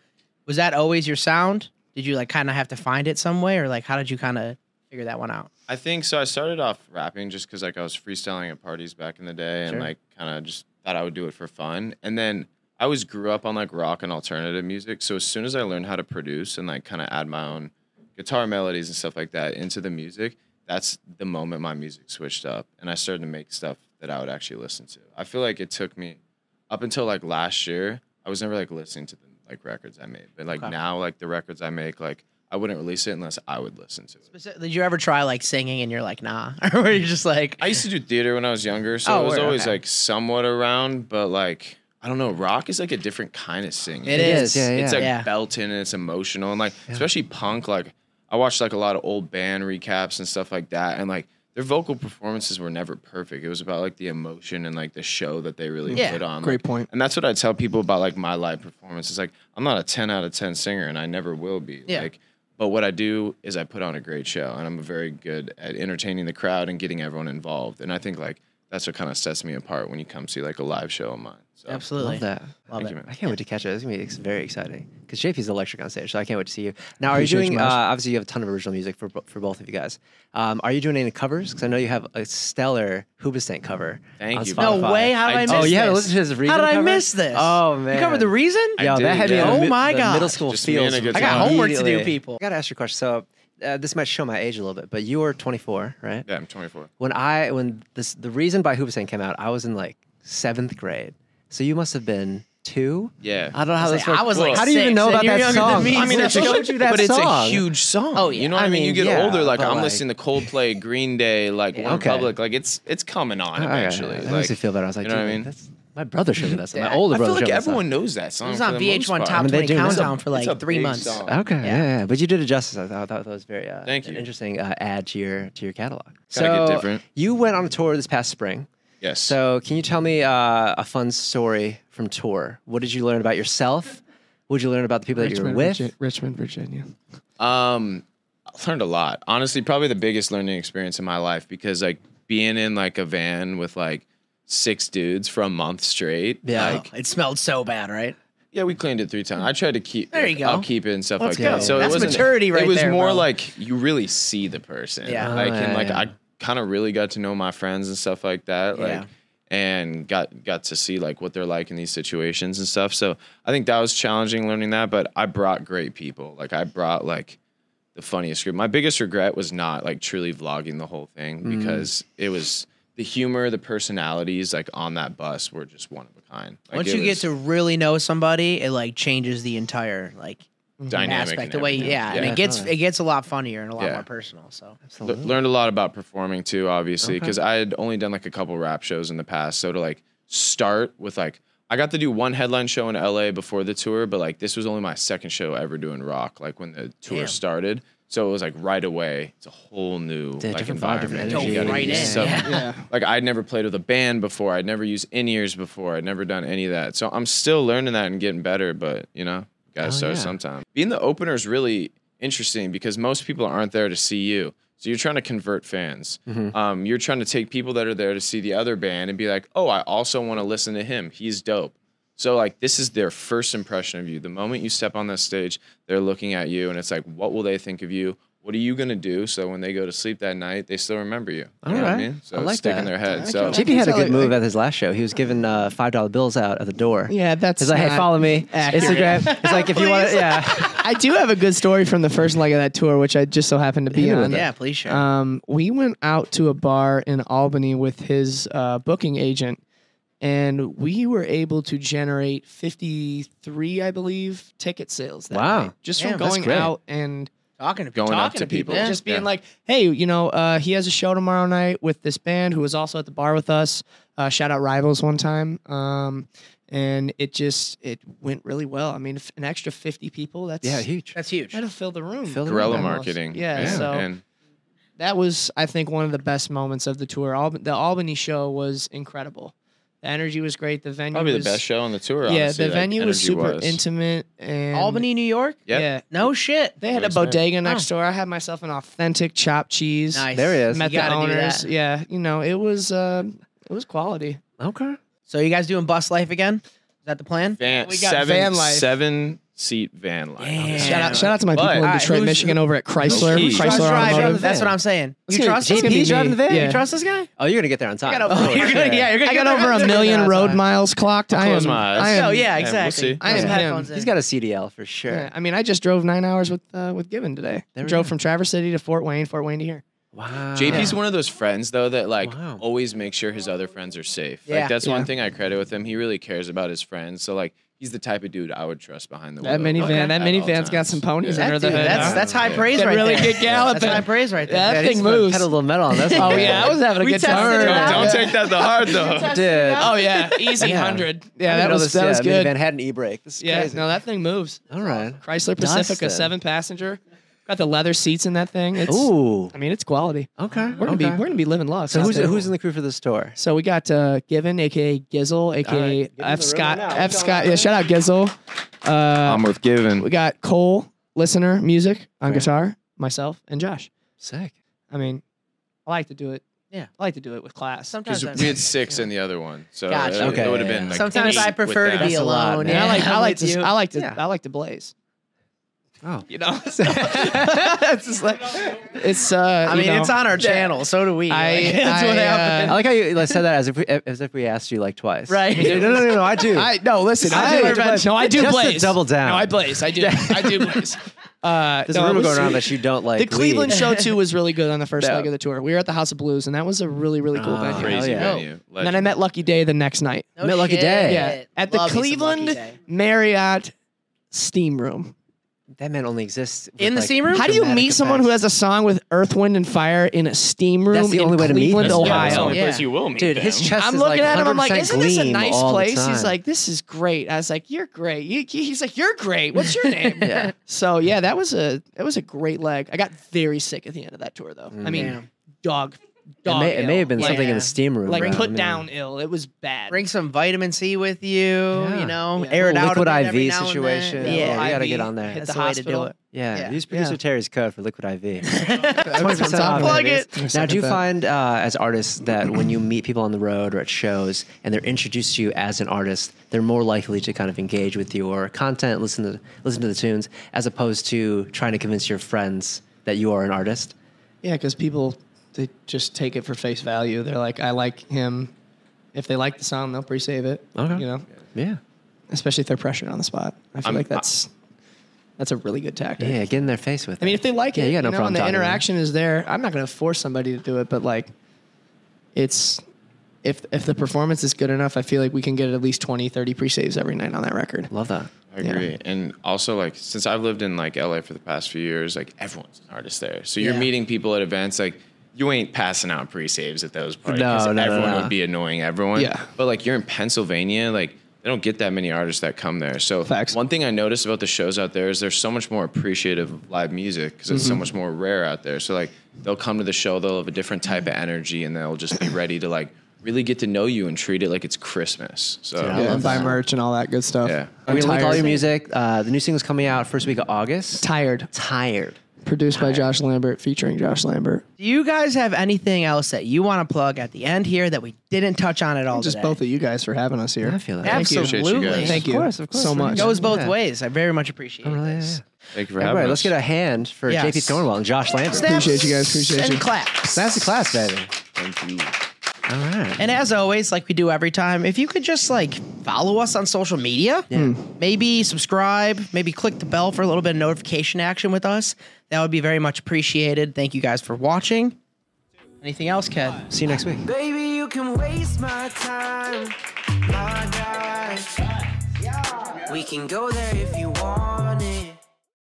[SPEAKER 1] Was that always your sound? Did you, like, kind of have to find it some way, or, like, how did you kind of figure that one out?
[SPEAKER 9] I think so. I started off rapping just because like I was freestyling at parties back in the day, and
[SPEAKER 1] Sure.
[SPEAKER 9] like kind of just thought I would do it for fun. And then I always grew up on like rock and alternative music. So as soon as I learned how to produce and like kind of add my own guitar melodies and stuff like that into the music, that's the moment my music switched up, and I started to make stuff that I would actually listen to. I feel like it took me up until like last year, I was never like listening to the like records I made, but like now like the records I make, like I wouldn't release it unless I would listen to it.
[SPEAKER 1] Was it- Did you ever try, like, singing and you're like, nah? or were you just like,
[SPEAKER 9] I used to do theater when I was younger, so
[SPEAKER 1] Oh,
[SPEAKER 9] it was
[SPEAKER 1] word,
[SPEAKER 9] always
[SPEAKER 1] okay.
[SPEAKER 9] like somewhat around, but like I don't know, rock is like a different kind of singing.
[SPEAKER 1] It is.
[SPEAKER 2] is, yeah, yeah.
[SPEAKER 9] It's like
[SPEAKER 1] Yeah.
[SPEAKER 9] belting and it's emotional and like especially punk, like I watched like a lot of old band recaps and stuff like that and like their vocal performances were never perfect. It was about like the emotion and like the show that they really
[SPEAKER 1] Yeah,
[SPEAKER 9] put on.
[SPEAKER 8] great
[SPEAKER 9] Like,
[SPEAKER 8] point.
[SPEAKER 9] And that's what I tell people about like my live performance. It's like I'm not a 10 out of 10 singer and I never will be.
[SPEAKER 1] Yeah.
[SPEAKER 9] Like but what I do is I put on a great show and I'm very good at entertaining the crowd and getting everyone involved. And I think like that's what kind of sets me apart when you come see like a live show of mine. So
[SPEAKER 1] Absolutely.
[SPEAKER 2] Love that.
[SPEAKER 1] Love
[SPEAKER 9] Thank
[SPEAKER 1] it.
[SPEAKER 9] you, man.
[SPEAKER 2] I can't wait to catch it. It's gonna be ex- very exciting because JP's electric on stage, so I can't wait to see you. Now, are you
[SPEAKER 8] Appreciate you,
[SPEAKER 2] doing? Uh,
[SPEAKER 8] Miles.
[SPEAKER 2] obviously, you have a ton of original music for bo- for both of you guys. Um, are you doing any covers? Because I know you have a stellar Hoobastank cover.
[SPEAKER 9] Thank
[SPEAKER 2] on
[SPEAKER 9] you.
[SPEAKER 1] No
[SPEAKER 2] Spotify.
[SPEAKER 1] way. How did I,
[SPEAKER 9] I
[SPEAKER 1] miss
[SPEAKER 9] did-
[SPEAKER 2] Oh,
[SPEAKER 1] this?
[SPEAKER 2] you haven't listened to his reason.
[SPEAKER 1] How did I
[SPEAKER 2] cover?
[SPEAKER 1] miss this?
[SPEAKER 2] Oh man,
[SPEAKER 1] You covered the reason?
[SPEAKER 9] I
[SPEAKER 2] Yo,
[SPEAKER 9] did,
[SPEAKER 2] that had me. in
[SPEAKER 9] yeah.
[SPEAKER 2] the
[SPEAKER 1] Oh
[SPEAKER 2] mi-
[SPEAKER 1] my
[SPEAKER 2] the
[SPEAKER 1] gosh.
[SPEAKER 2] middle school
[SPEAKER 9] Just me and
[SPEAKER 2] feels.
[SPEAKER 9] a
[SPEAKER 1] I got
[SPEAKER 9] time.
[SPEAKER 1] homework to do,
[SPEAKER 2] immediately.
[SPEAKER 1] people.
[SPEAKER 2] I gotta ask you a question. So uh, this might show my age a little bit, but you were 24, right?
[SPEAKER 9] yeah, I'm 24.
[SPEAKER 2] When I when this the reason by Hoobastank came out, I was in like seventh grade. So you must have been two.
[SPEAKER 9] Yeah.
[SPEAKER 2] I don't know how
[SPEAKER 1] I was like-
[SPEAKER 2] this works.
[SPEAKER 1] I was like
[SPEAKER 2] how do you even
[SPEAKER 1] six,
[SPEAKER 2] know
[SPEAKER 1] and
[SPEAKER 2] about
[SPEAKER 1] you're
[SPEAKER 2] that
[SPEAKER 1] younger than
[SPEAKER 2] song?
[SPEAKER 1] me,
[SPEAKER 9] I mean,
[SPEAKER 1] Who
[SPEAKER 9] it's a
[SPEAKER 2] showed
[SPEAKER 9] huge,
[SPEAKER 2] you that
[SPEAKER 9] but it's a
[SPEAKER 2] song?
[SPEAKER 9] huge song.
[SPEAKER 1] Oh, yeah.
[SPEAKER 9] you know what I mean.
[SPEAKER 2] I
[SPEAKER 9] You get
[SPEAKER 2] mean,
[SPEAKER 9] older,
[SPEAKER 2] yeah,
[SPEAKER 9] like
[SPEAKER 2] but,
[SPEAKER 9] I'm
[SPEAKER 2] like-
[SPEAKER 9] listening to Coldplay, Green Day, like One
[SPEAKER 2] okay.
[SPEAKER 9] Republic, like it's it's coming on
[SPEAKER 2] All right,
[SPEAKER 9] eventually.
[SPEAKER 2] That
[SPEAKER 9] like,
[SPEAKER 2] makes me feel better. I was like,
[SPEAKER 9] you know what I
[SPEAKER 2] dude,
[SPEAKER 9] mean?
[SPEAKER 2] that's- my brother showed me that song.
[SPEAKER 1] Yeah.
[SPEAKER 2] My older
[SPEAKER 9] I feel
[SPEAKER 2] brother
[SPEAKER 9] like
[SPEAKER 2] showed
[SPEAKER 9] everyone
[SPEAKER 2] me
[SPEAKER 9] knows that song.
[SPEAKER 1] It was
[SPEAKER 9] for
[SPEAKER 1] on
[SPEAKER 9] the
[SPEAKER 1] VH1
[SPEAKER 9] most
[SPEAKER 1] Top
[SPEAKER 9] part.
[SPEAKER 2] mean, they
[SPEAKER 1] 20
[SPEAKER 2] do know.
[SPEAKER 1] Countdown for
[SPEAKER 9] It's a
[SPEAKER 1] like three
[SPEAKER 9] big
[SPEAKER 1] months.
[SPEAKER 9] song.
[SPEAKER 2] that. Okay, yeah.
[SPEAKER 1] Yeah.
[SPEAKER 2] yeah, but you did it justice. I thought, I thought that was very uh,
[SPEAKER 9] Thank
[SPEAKER 2] an
[SPEAKER 9] you.
[SPEAKER 2] interesting uh, add to your to your catalog.
[SPEAKER 9] get
[SPEAKER 2] so
[SPEAKER 9] different.
[SPEAKER 2] you went on a tour this past spring.
[SPEAKER 9] Yes.
[SPEAKER 2] So can you tell me uh, a fun story from tour? What did you learn about yourself? What did you learn about the people that you were
[SPEAKER 8] Richmond,
[SPEAKER 2] with?
[SPEAKER 8] Virgi- Richmond, Virginia.
[SPEAKER 9] Um, I learned a lot. Honestly, probably the biggest learning experience in my life because like being in like a van with like six dudes for a month straight.
[SPEAKER 2] Yeah.
[SPEAKER 9] Like,
[SPEAKER 1] it smelled so bad, right?
[SPEAKER 9] yeah, we cleaned it three times. I tried to keep
[SPEAKER 1] There you go.
[SPEAKER 9] I'll keep it and stuff
[SPEAKER 1] Let's
[SPEAKER 9] like that.
[SPEAKER 1] go.
[SPEAKER 9] So
[SPEAKER 1] That's
[SPEAKER 9] it wasn't,
[SPEAKER 1] maturity right
[SPEAKER 9] It was
[SPEAKER 1] there,
[SPEAKER 9] more
[SPEAKER 1] bro.
[SPEAKER 9] like you really see the person.
[SPEAKER 1] Yeah.
[SPEAKER 9] Like
[SPEAKER 2] Oh,
[SPEAKER 9] and
[SPEAKER 2] yeah,
[SPEAKER 9] like
[SPEAKER 2] yeah.
[SPEAKER 9] I kind of really got to know my friends and stuff like that. Like
[SPEAKER 1] Yeah.
[SPEAKER 9] and got got to see like what they're like in these situations and stuff. So I think that was challenging learning that, but I brought great people. Like I brought like the funniest group. My biggest regret was not like truly vlogging the whole thing
[SPEAKER 1] Mm.
[SPEAKER 9] because it was the humor, the personalities like on that bus were just one of a kind. Like,
[SPEAKER 1] Once
[SPEAKER 9] it
[SPEAKER 1] you get
[SPEAKER 9] was
[SPEAKER 1] to really know somebody, it like changes the entire like
[SPEAKER 9] dynamic
[SPEAKER 1] aspect,
[SPEAKER 9] and
[SPEAKER 1] the way yeah,
[SPEAKER 9] everything.
[SPEAKER 1] and
[SPEAKER 2] Yeah,
[SPEAKER 1] it gets
[SPEAKER 2] totally.
[SPEAKER 1] it gets a lot funnier and a lot
[SPEAKER 9] Yeah.
[SPEAKER 1] more personal. So
[SPEAKER 9] Le-
[SPEAKER 2] Absolutely.
[SPEAKER 9] learned a lot about performing too, obviously, because I had only done like a couple rap shows in the past. So to like start with like, I got to do one headline show in LA before the tour, but like this was only my second show ever doing rock, like when the tour
[SPEAKER 1] Damn.
[SPEAKER 9] started. So it was like right away, it's a whole new
[SPEAKER 2] Yeah,
[SPEAKER 9] like
[SPEAKER 2] different vibe, different
[SPEAKER 9] environment.
[SPEAKER 2] energy.
[SPEAKER 9] You gotta
[SPEAKER 1] Go right
[SPEAKER 9] get
[SPEAKER 1] in,
[SPEAKER 9] yourself-
[SPEAKER 1] yeah.
[SPEAKER 8] Yeah.
[SPEAKER 9] like I'd never played with a band before. I'd never used in ears before. I'd never done any of that. So I'm still learning that and getting better, but you know, gotta
[SPEAKER 2] Oh,
[SPEAKER 9] start
[SPEAKER 2] yeah.
[SPEAKER 9] sometime. Being the opener is really interesting because most people aren't there to see you. So you're trying to convert fans.
[SPEAKER 2] Mm-hmm.
[SPEAKER 9] Um, you're trying to take people that are there to see the other band and be like, oh, I also want to listen to him. He's dope. So like this is their first impression of you. The moment you step on this stage, they're looking at you and it's like, what will they think of you? What are you gonna do? So when they go to sleep that night, they still remember you. You know what I
[SPEAKER 2] Alright.
[SPEAKER 9] mean? So
[SPEAKER 2] I
[SPEAKER 9] it's
[SPEAKER 2] like
[SPEAKER 9] uh, stick
[SPEAKER 2] that.
[SPEAKER 9] in their
[SPEAKER 4] I
[SPEAKER 9] head.
[SPEAKER 4] like
[SPEAKER 9] So
[SPEAKER 4] it.
[SPEAKER 2] JP had a
[SPEAKER 8] Tell
[SPEAKER 2] good
[SPEAKER 8] it-
[SPEAKER 2] move at his last show. He was giving uh, five dollar bills out at the door.
[SPEAKER 8] Yeah, that's
[SPEAKER 2] He's like, hey,
[SPEAKER 8] not
[SPEAKER 2] follow me.
[SPEAKER 8] accurate.
[SPEAKER 2] Instagram. It's like if you want to, yeah.
[SPEAKER 8] I do have a good story from the first leg of that tour, which I just so happened to be
[SPEAKER 2] Hit me with
[SPEAKER 8] on.
[SPEAKER 2] it.
[SPEAKER 1] Yeah, please share.
[SPEAKER 8] Um, we went out to a bar in Albany with his uh, booking agent, and we were able to generate 53, I believe, ticket sales. That
[SPEAKER 2] Wow.
[SPEAKER 8] night, just
[SPEAKER 1] Damn,
[SPEAKER 8] from
[SPEAKER 1] that's
[SPEAKER 8] going
[SPEAKER 2] great.
[SPEAKER 8] out and
[SPEAKER 1] talking to
[SPEAKER 9] going up
[SPEAKER 8] talking
[SPEAKER 9] to people.
[SPEAKER 1] Yeah.
[SPEAKER 8] just being
[SPEAKER 9] Yeah.
[SPEAKER 8] like, "Hey, you know, uh, he has a show tomorrow night with this band who was also at the bar with us. Uh, shout out Rivals one time." Um, and it just it went really well. I mean, if an extra fifty people—that's
[SPEAKER 2] Yeah, huge.
[SPEAKER 1] That's huge.
[SPEAKER 8] That'll fill the room.
[SPEAKER 2] Fill the room.
[SPEAKER 9] guerrilla
[SPEAKER 8] Almost.
[SPEAKER 9] marketing.
[SPEAKER 8] Yeah,
[SPEAKER 9] man,
[SPEAKER 8] so
[SPEAKER 9] and
[SPEAKER 8] that was, I think, one of the best moments of the tour. Alb- the Albany show was incredible. The energy was great. The venue
[SPEAKER 9] probably the
[SPEAKER 8] was,
[SPEAKER 9] best show on the tour.
[SPEAKER 8] Yeah,
[SPEAKER 9] honestly,
[SPEAKER 8] the
[SPEAKER 9] like,
[SPEAKER 8] venue was super
[SPEAKER 9] energy-wise.
[SPEAKER 8] intimate and
[SPEAKER 1] Albany, New York.
[SPEAKER 9] Yep.
[SPEAKER 8] Yeah,
[SPEAKER 1] No shit.
[SPEAKER 8] they had a
[SPEAKER 9] Looks nice.
[SPEAKER 8] bodega next door. I had myself an authentic chopped cheese.
[SPEAKER 1] Nice.
[SPEAKER 2] There he is.
[SPEAKER 8] Met
[SPEAKER 1] You
[SPEAKER 8] the
[SPEAKER 1] gotta do
[SPEAKER 8] owners.
[SPEAKER 1] that.
[SPEAKER 8] Yeah, you know, it was uh, it was quality.
[SPEAKER 2] Okay.
[SPEAKER 1] So you guys doing bus life again? Is that the plan?
[SPEAKER 9] Van,
[SPEAKER 8] We got
[SPEAKER 9] seven,
[SPEAKER 8] van life.
[SPEAKER 9] seven seat van life.
[SPEAKER 1] Damn.
[SPEAKER 8] Shout out, shout out to my
[SPEAKER 9] But-
[SPEAKER 8] people in
[SPEAKER 1] Alright,
[SPEAKER 8] Detroit,
[SPEAKER 1] who's-
[SPEAKER 8] Michigan, over at Chrysler,
[SPEAKER 9] who's
[SPEAKER 1] Trust
[SPEAKER 8] Chrysler
[SPEAKER 1] drive
[SPEAKER 8] Automotive.
[SPEAKER 1] That's what I'm saying.
[SPEAKER 8] It's
[SPEAKER 1] You
[SPEAKER 8] gonna-
[SPEAKER 1] trust
[SPEAKER 8] it's
[SPEAKER 1] this?
[SPEAKER 8] gonna be
[SPEAKER 1] You
[SPEAKER 2] driving
[SPEAKER 8] me.
[SPEAKER 2] the van?
[SPEAKER 8] Yeah.
[SPEAKER 2] You
[SPEAKER 1] trust this guy?
[SPEAKER 2] Oh, you're gonna get there on time.
[SPEAKER 1] You gotta-
[SPEAKER 2] Oh,
[SPEAKER 1] you're gonna-
[SPEAKER 2] shit.
[SPEAKER 1] yeah, you're gonna
[SPEAKER 8] I
[SPEAKER 1] get
[SPEAKER 8] got
[SPEAKER 1] there
[SPEAKER 8] over
[SPEAKER 1] on
[SPEAKER 8] a
[SPEAKER 1] time.
[SPEAKER 8] million
[SPEAKER 1] You're gonna get
[SPEAKER 8] road
[SPEAKER 1] there on time.
[SPEAKER 8] miles clocked. I am.
[SPEAKER 9] Close my eyes.
[SPEAKER 8] I am.
[SPEAKER 1] No, Oh, yeah,
[SPEAKER 9] Yeah, we'll
[SPEAKER 1] exactly.
[SPEAKER 9] see.
[SPEAKER 8] I am
[SPEAKER 1] Put some
[SPEAKER 8] him.
[SPEAKER 1] headphones in.
[SPEAKER 2] He's got a CDL for sure.
[SPEAKER 8] yeah, I mean, I just drove nine hours with uh, with Given today.
[SPEAKER 2] There we
[SPEAKER 8] drove
[SPEAKER 2] go.
[SPEAKER 8] from Traverse City to Fort Wayne, Fort Wayne to here.
[SPEAKER 2] Wow.
[SPEAKER 9] JP's one of those friends though that like
[SPEAKER 2] Wow.
[SPEAKER 9] always makes sure his other friends are safe.
[SPEAKER 1] Yeah.
[SPEAKER 9] Like that's
[SPEAKER 8] Yeah.
[SPEAKER 9] one thing I credit with him. He really cares about his friends. So like he's the type of dude I would trust behind the
[SPEAKER 8] That
[SPEAKER 9] wheel.
[SPEAKER 8] minivan-
[SPEAKER 9] like,
[SPEAKER 8] that
[SPEAKER 9] at
[SPEAKER 8] minivan's
[SPEAKER 9] all times.
[SPEAKER 8] got some ponies
[SPEAKER 1] That
[SPEAKER 8] Under
[SPEAKER 1] dude,
[SPEAKER 8] the hood.
[SPEAKER 1] that's
[SPEAKER 8] Yeah.
[SPEAKER 1] that's high
[SPEAKER 9] Yeah.
[SPEAKER 1] praise
[SPEAKER 8] That
[SPEAKER 1] right
[SPEAKER 8] really
[SPEAKER 1] there.
[SPEAKER 8] good galloping.
[SPEAKER 1] That's high praise right
[SPEAKER 8] That
[SPEAKER 1] there.
[SPEAKER 2] Yeah,
[SPEAKER 8] thing
[SPEAKER 2] he's put a
[SPEAKER 8] moves.
[SPEAKER 2] Pedal to metal on this.
[SPEAKER 8] Oh yeah, I was having a
[SPEAKER 1] We
[SPEAKER 8] good
[SPEAKER 1] tested
[SPEAKER 8] time.
[SPEAKER 1] it out.
[SPEAKER 9] Don't take that to heart though.
[SPEAKER 2] dude. Yeah,
[SPEAKER 8] Oh yeah, easy
[SPEAKER 2] Yeah.
[SPEAKER 8] hundred. Yeah, that was that was
[SPEAKER 2] Man
[SPEAKER 8] good.
[SPEAKER 2] had an e-brake. This is
[SPEAKER 8] Yeah,
[SPEAKER 2] crazy.
[SPEAKER 8] no, that thing moves.
[SPEAKER 2] All right.
[SPEAKER 8] Chrysler
[SPEAKER 2] Dustin.
[SPEAKER 8] Pacifica, seven passenger. Got the leather seats in that thing. It's,
[SPEAKER 2] Ooh.
[SPEAKER 8] I mean, it's quality.
[SPEAKER 2] Okay.
[SPEAKER 8] We're gonna be we're gonna be living luck.
[SPEAKER 2] so who's who's in the crew for this tour?
[SPEAKER 8] So we got uh, Given, aka Gizzle, aka
[SPEAKER 2] right, give him the
[SPEAKER 8] F
[SPEAKER 2] room
[SPEAKER 8] Scott.
[SPEAKER 2] right now.
[SPEAKER 8] F
[SPEAKER 2] He's on
[SPEAKER 8] Scott.
[SPEAKER 2] our-
[SPEAKER 8] Yeah, shout out Gizzle.
[SPEAKER 4] Um,
[SPEAKER 8] Uh,
[SPEAKER 9] I'm with giving.
[SPEAKER 8] we got Cole, listener, music on
[SPEAKER 2] Great.
[SPEAKER 8] guitar, myself, and Josh.
[SPEAKER 2] Sick.
[SPEAKER 8] I mean, I like to do it.
[SPEAKER 1] Yeah.
[SPEAKER 8] I like to do it with class.
[SPEAKER 1] Sometimes
[SPEAKER 9] Because
[SPEAKER 1] I-
[SPEAKER 9] we had six in the other one, so
[SPEAKER 1] Gotcha.
[SPEAKER 9] it,
[SPEAKER 2] Okay,
[SPEAKER 9] would have
[SPEAKER 2] yeah,
[SPEAKER 9] been.
[SPEAKER 2] yeah.
[SPEAKER 9] Like
[SPEAKER 1] Sometimes
[SPEAKER 9] eight
[SPEAKER 1] I
[SPEAKER 9] with
[SPEAKER 1] prefer to
[SPEAKER 9] that.
[SPEAKER 1] be
[SPEAKER 2] That's a lot,
[SPEAKER 1] alone.
[SPEAKER 2] man.
[SPEAKER 8] And I like
[SPEAKER 1] I'm
[SPEAKER 8] I like
[SPEAKER 1] with
[SPEAKER 8] to
[SPEAKER 1] you.
[SPEAKER 8] I like to
[SPEAKER 1] Yeah.
[SPEAKER 8] I like to blaze.
[SPEAKER 2] Oh.
[SPEAKER 8] You know, So- it's just like it's. Uh,
[SPEAKER 1] I
[SPEAKER 8] you
[SPEAKER 1] mean,
[SPEAKER 8] know.
[SPEAKER 1] it's on our channel. So do we.
[SPEAKER 8] I-
[SPEAKER 1] Like, that's what
[SPEAKER 8] I, uh,
[SPEAKER 1] happened.
[SPEAKER 2] I like how you like, said that as if we as if we asked you like twice.
[SPEAKER 1] Right.
[SPEAKER 2] No, no, no, no. I do.
[SPEAKER 8] I no, listen. I,
[SPEAKER 2] I do like to blaze.
[SPEAKER 8] no, I do
[SPEAKER 2] Just to
[SPEAKER 8] blaze.
[SPEAKER 2] double down.
[SPEAKER 8] No, I blaze. I do. I do blaze. Uh,
[SPEAKER 2] There's
[SPEAKER 8] no,
[SPEAKER 2] a
[SPEAKER 8] it
[SPEAKER 2] rumor
[SPEAKER 8] was-
[SPEAKER 2] going around that you don't like.
[SPEAKER 8] the Cleveland
[SPEAKER 2] lead.
[SPEAKER 8] show too was really good on the first
[SPEAKER 2] Yeah.
[SPEAKER 8] leg of the tour. We were at the House of Blues, and that was a really really cool
[SPEAKER 2] Ah,
[SPEAKER 8] venue.
[SPEAKER 2] great.
[SPEAKER 9] Crazy
[SPEAKER 2] Hell yeah.
[SPEAKER 9] venue.
[SPEAKER 8] And then I met Lucky Day the next night.
[SPEAKER 1] No
[SPEAKER 2] Met Lucky
[SPEAKER 1] shit.
[SPEAKER 2] Day.
[SPEAKER 8] Yeah, at the
[SPEAKER 1] Love me some Lucky
[SPEAKER 8] Cleveland
[SPEAKER 1] Day.
[SPEAKER 8] Marriott Steam Room.
[SPEAKER 2] That man only exists with,
[SPEAKER 1] In the
[SPEAKER 2] like,
[SPEAKER 1] steam room?
[SPEAKER 8] How do you meet someone who has a song with Earth, Wind, and Fire in a steam room
[SPEAKER 2] the
[SPEAKER 8] in
[SPEAKER 2] only way to meet
[SPEAKER 8] Cleveland,
[SPEAKER 2] them.
[SPEAKER 8] Ohio?
[SPEAKER 2] That's the only
[SPEAKER 1] Yeah. place
[SPEAKER 7] you will meet
[SPEAKER 2] Dude, his chest
[SPEAKER 8] I'm
[SPEAKER 2] is
[SPEAKER 8] looking
[SPEAKER 2] like
[SPEAKER 8] at him. I'm like,
[SPEAKER 2] 100%
[SPEAKER 8] isn't this a
[SPEAKER 2] gleam
[SPEAKER 8] nice
[SPEAKER 2] all the
[SPEAKER 8] place? He's
[SPEAKER 2] time.
[SPEAKER 8] like, this is great. I was like, you're great. You- He's like, you're great. What's your name?
[SPEAKER 2] Yeah.
[SPEAKER 8] So yeah, that was a that was a great leg. I got very sick at the end of that tour though. I mean,
[SPEAKER 1] Yeah.
[SPEAKER 8] dog,
[SPEAKER 2] It
[SPEAKER 8] dog.
[SPEAKER 2] may, it may have been
[SPEAKER 8] ill. Like-
[SPEAKER 2] something in
[SPEAKER 1] Yeah.
[SPEAKER 2] the steam room.
[SPEAKER 8] like
[SPEAKER 2] right? I
[SPEAKER 8] put
[SPEAKER 2] mean,
[SPEAKER 8] down ill. It was bad.
[SPEAKER 1] Bring some vitamin C with you, you know,
[SPEAKER 8] Yeah.
[SPEAKER 1] air it out. a
[SPEAKER 2] Liquid
[SPEAKER 1] bit
[SPEAKER 2] IV
[SPEAKER 1] every now and then.
[SPEAKER 2] situation.
[SPEAKER 1] Yeah.
[SPEAKER 2] Yeah, we gotta
[SPEAKER 8] IV,
[SPEAKER 2] get on there.
[SPEAKER 8] Hit
[SPEAKER 1] That's
[SPEAKER 8] the
[SPEAKER 1] the way to do
[SPEAKER 8] hospital.
[SPEAKER 1] it.
[SPEAKER 2] Yeah,
[SPEAKER 1] Yeah.
[SPEAKER 2] use producer
[SPEAKER 8] Yeah.
[SPEAKER 2] Terry's code for Liquid IV.
[SPEAKER 8] That's what I'm
[SPEAKER 2] 20%
[SPEAKER 8] talking
[SPEAKER 2] off.
[SPEAKER 8] about.
[SPEAKER 1] Plug it.
[SPEAKER 2] Now,
[SPEAKER 8] Second
[SPEAKER 2] do you
[SPEAKER 8] that.
[SPEAKER 2] find uh, as artists that when you meet people on the road or at shows and they're introduced to you as an artist, they're more likely to kind of engage with your content, listen to listen to the tunes, as opposed to trying to convince your friends that you are an artist?
[SPEAKER 8] Yeah, because people they just take it for face value. They're like, I like him. If they like the song, they'll pre-save it.
[SPEAKER 2] Okay.
[SPEAKER 8] You know,
[SPEAKER 2] Yeah,
[SPEAKER 8] especially if they're pressured on the spot. I feel
[SPEAKER 9] I'm-
[SPEAKER 8] like that's that's a really good tactic.
[SPEAKER 2] yeah, get in their face with.
[SPEAKER 8] I mean, if they like
[SPEAKER 2] Yeah,
[SPEAKER 8] it,
[SPEAKER 2] you
[SPEAKER 8] you,
[SPEAKER 2] got no
[SPEAKER 8] know,
[SPEAKER 2] problem
[SPEAKER 8] and the
[SPEAKER 2] talking to them.
[SPEAKER 8] interaction is there, I'm not going to force somebody to do it, but like, it's if if the performance is good enough, I feel like we can get at least 20, 30 pre saves every night on that record.
[SPEAKER 2] love that.
[SPEAKER 9] I agree. And also, like, since I've lived in like LA for the past few years, like everyone's an artist there. So you're
[SPEAKER 8] Yeah.
[SPEAKER 9] meeting people at events, like you ain't passing out pre-saves at those parties.
[SPEAKER 2] No,
[SPEAKER 9] 'cause
[SPEAKER 2] no, no,
[SPEAKER 9] everyone
[SPEAKER 2] no.
[SPEAKER 9] would be annoying everyone.
[SPEAKER 8] Yeah.
[SPEAKER 9] But like you're in Pennsylvania, like they don't get that many artists that come there. So
[SPEAKER 8] Facts.
[SPEAKER 9] one thing I noticed about the shows out there is they're so much more appreciative of live music because it's so
[SPEAKER 2] Mm-hmm.
[SPEAKER 9] much more rare out there. So like they'll come to the show, they'll have a different type of energy, and they'll just be ready to like really get to know you and treat it like it's Christmas. So
[SPEAKER 2] Yeah, I
[SPEAKER 8] Yeah,
[SPEAKER 2] love
[SPEAKER 8] and buy merch and all that good stuff.
[SPEAKER 9] Yeah.
[SPEAKER 2] We're gonna
[SPEAKER 8] I'm
[SPEAKER 2] link all
[SPEAKER 8] tired.
[SPEAKER 2] your music. Uh, the new single's coming out first week of August.
[SPEAKER 8] tired.
[SPEAKER 2] Tired.
[SPEAKER 8] produced by Josh Lambert, featuring Josh Lambert.
[SPEAKER 1] Do you guys have anything else that you want to plug at the end here that we didn't touch on at all?
[SPEAKER 8] Just
[SPEAKER 1] today?
[SPEAKER 8] both of you guys for having us here.
[SPEAKER 2] I feel that.
[SPEAKER 1] Absolutely.
[SPEAKER 9] Appreciate you guys.
[SPEAKER 8] Thank you
[SPEAKER 2] Of course, of course.
[SPEAKER 8] so
[SPEAKER 2] Thank you.
[SPEAKER 8] much.
[SPEAKER 1] It goes both
[SPEAKER 2] Yeah.
[SPEAKER 1] ways. I very much appreciate
[SPEAKER 2] Oh, really?
[SPEAKER 1] this.
[SPEAKER 9] Thank you for having
[SPEAKER 2] Everybody,
[SPEAKER 9] us.
[SPEAKER 2] let's get a hand for
[SPEAKER 1] Yes.
[SPEAKER 2] JP Thornwell and Josh Lambert.
[SPEAKER 8] Appreciate you guys, appreciate
[SPEAKER 1] and
[SPEAKER 8] you.
[SPEAKER 1] claps.
[SPEAKER 2] That's the class, baby.
[SPEAKER 9] Thank you.
[SPEAKER 2] All right.
[SPEAKER 1] And as always, like we do every time, if you could just like follow us on social media, maybe subscribe, maybe click the bell for a little bit of notification action with us, that would be very much appreciated. Thank you guys for watching. Anything else, Ked?
[SPEAKER 2] See you next week.
[SPEAKER 5] Baby, you can waste my time, my guy. We can go there if you want it.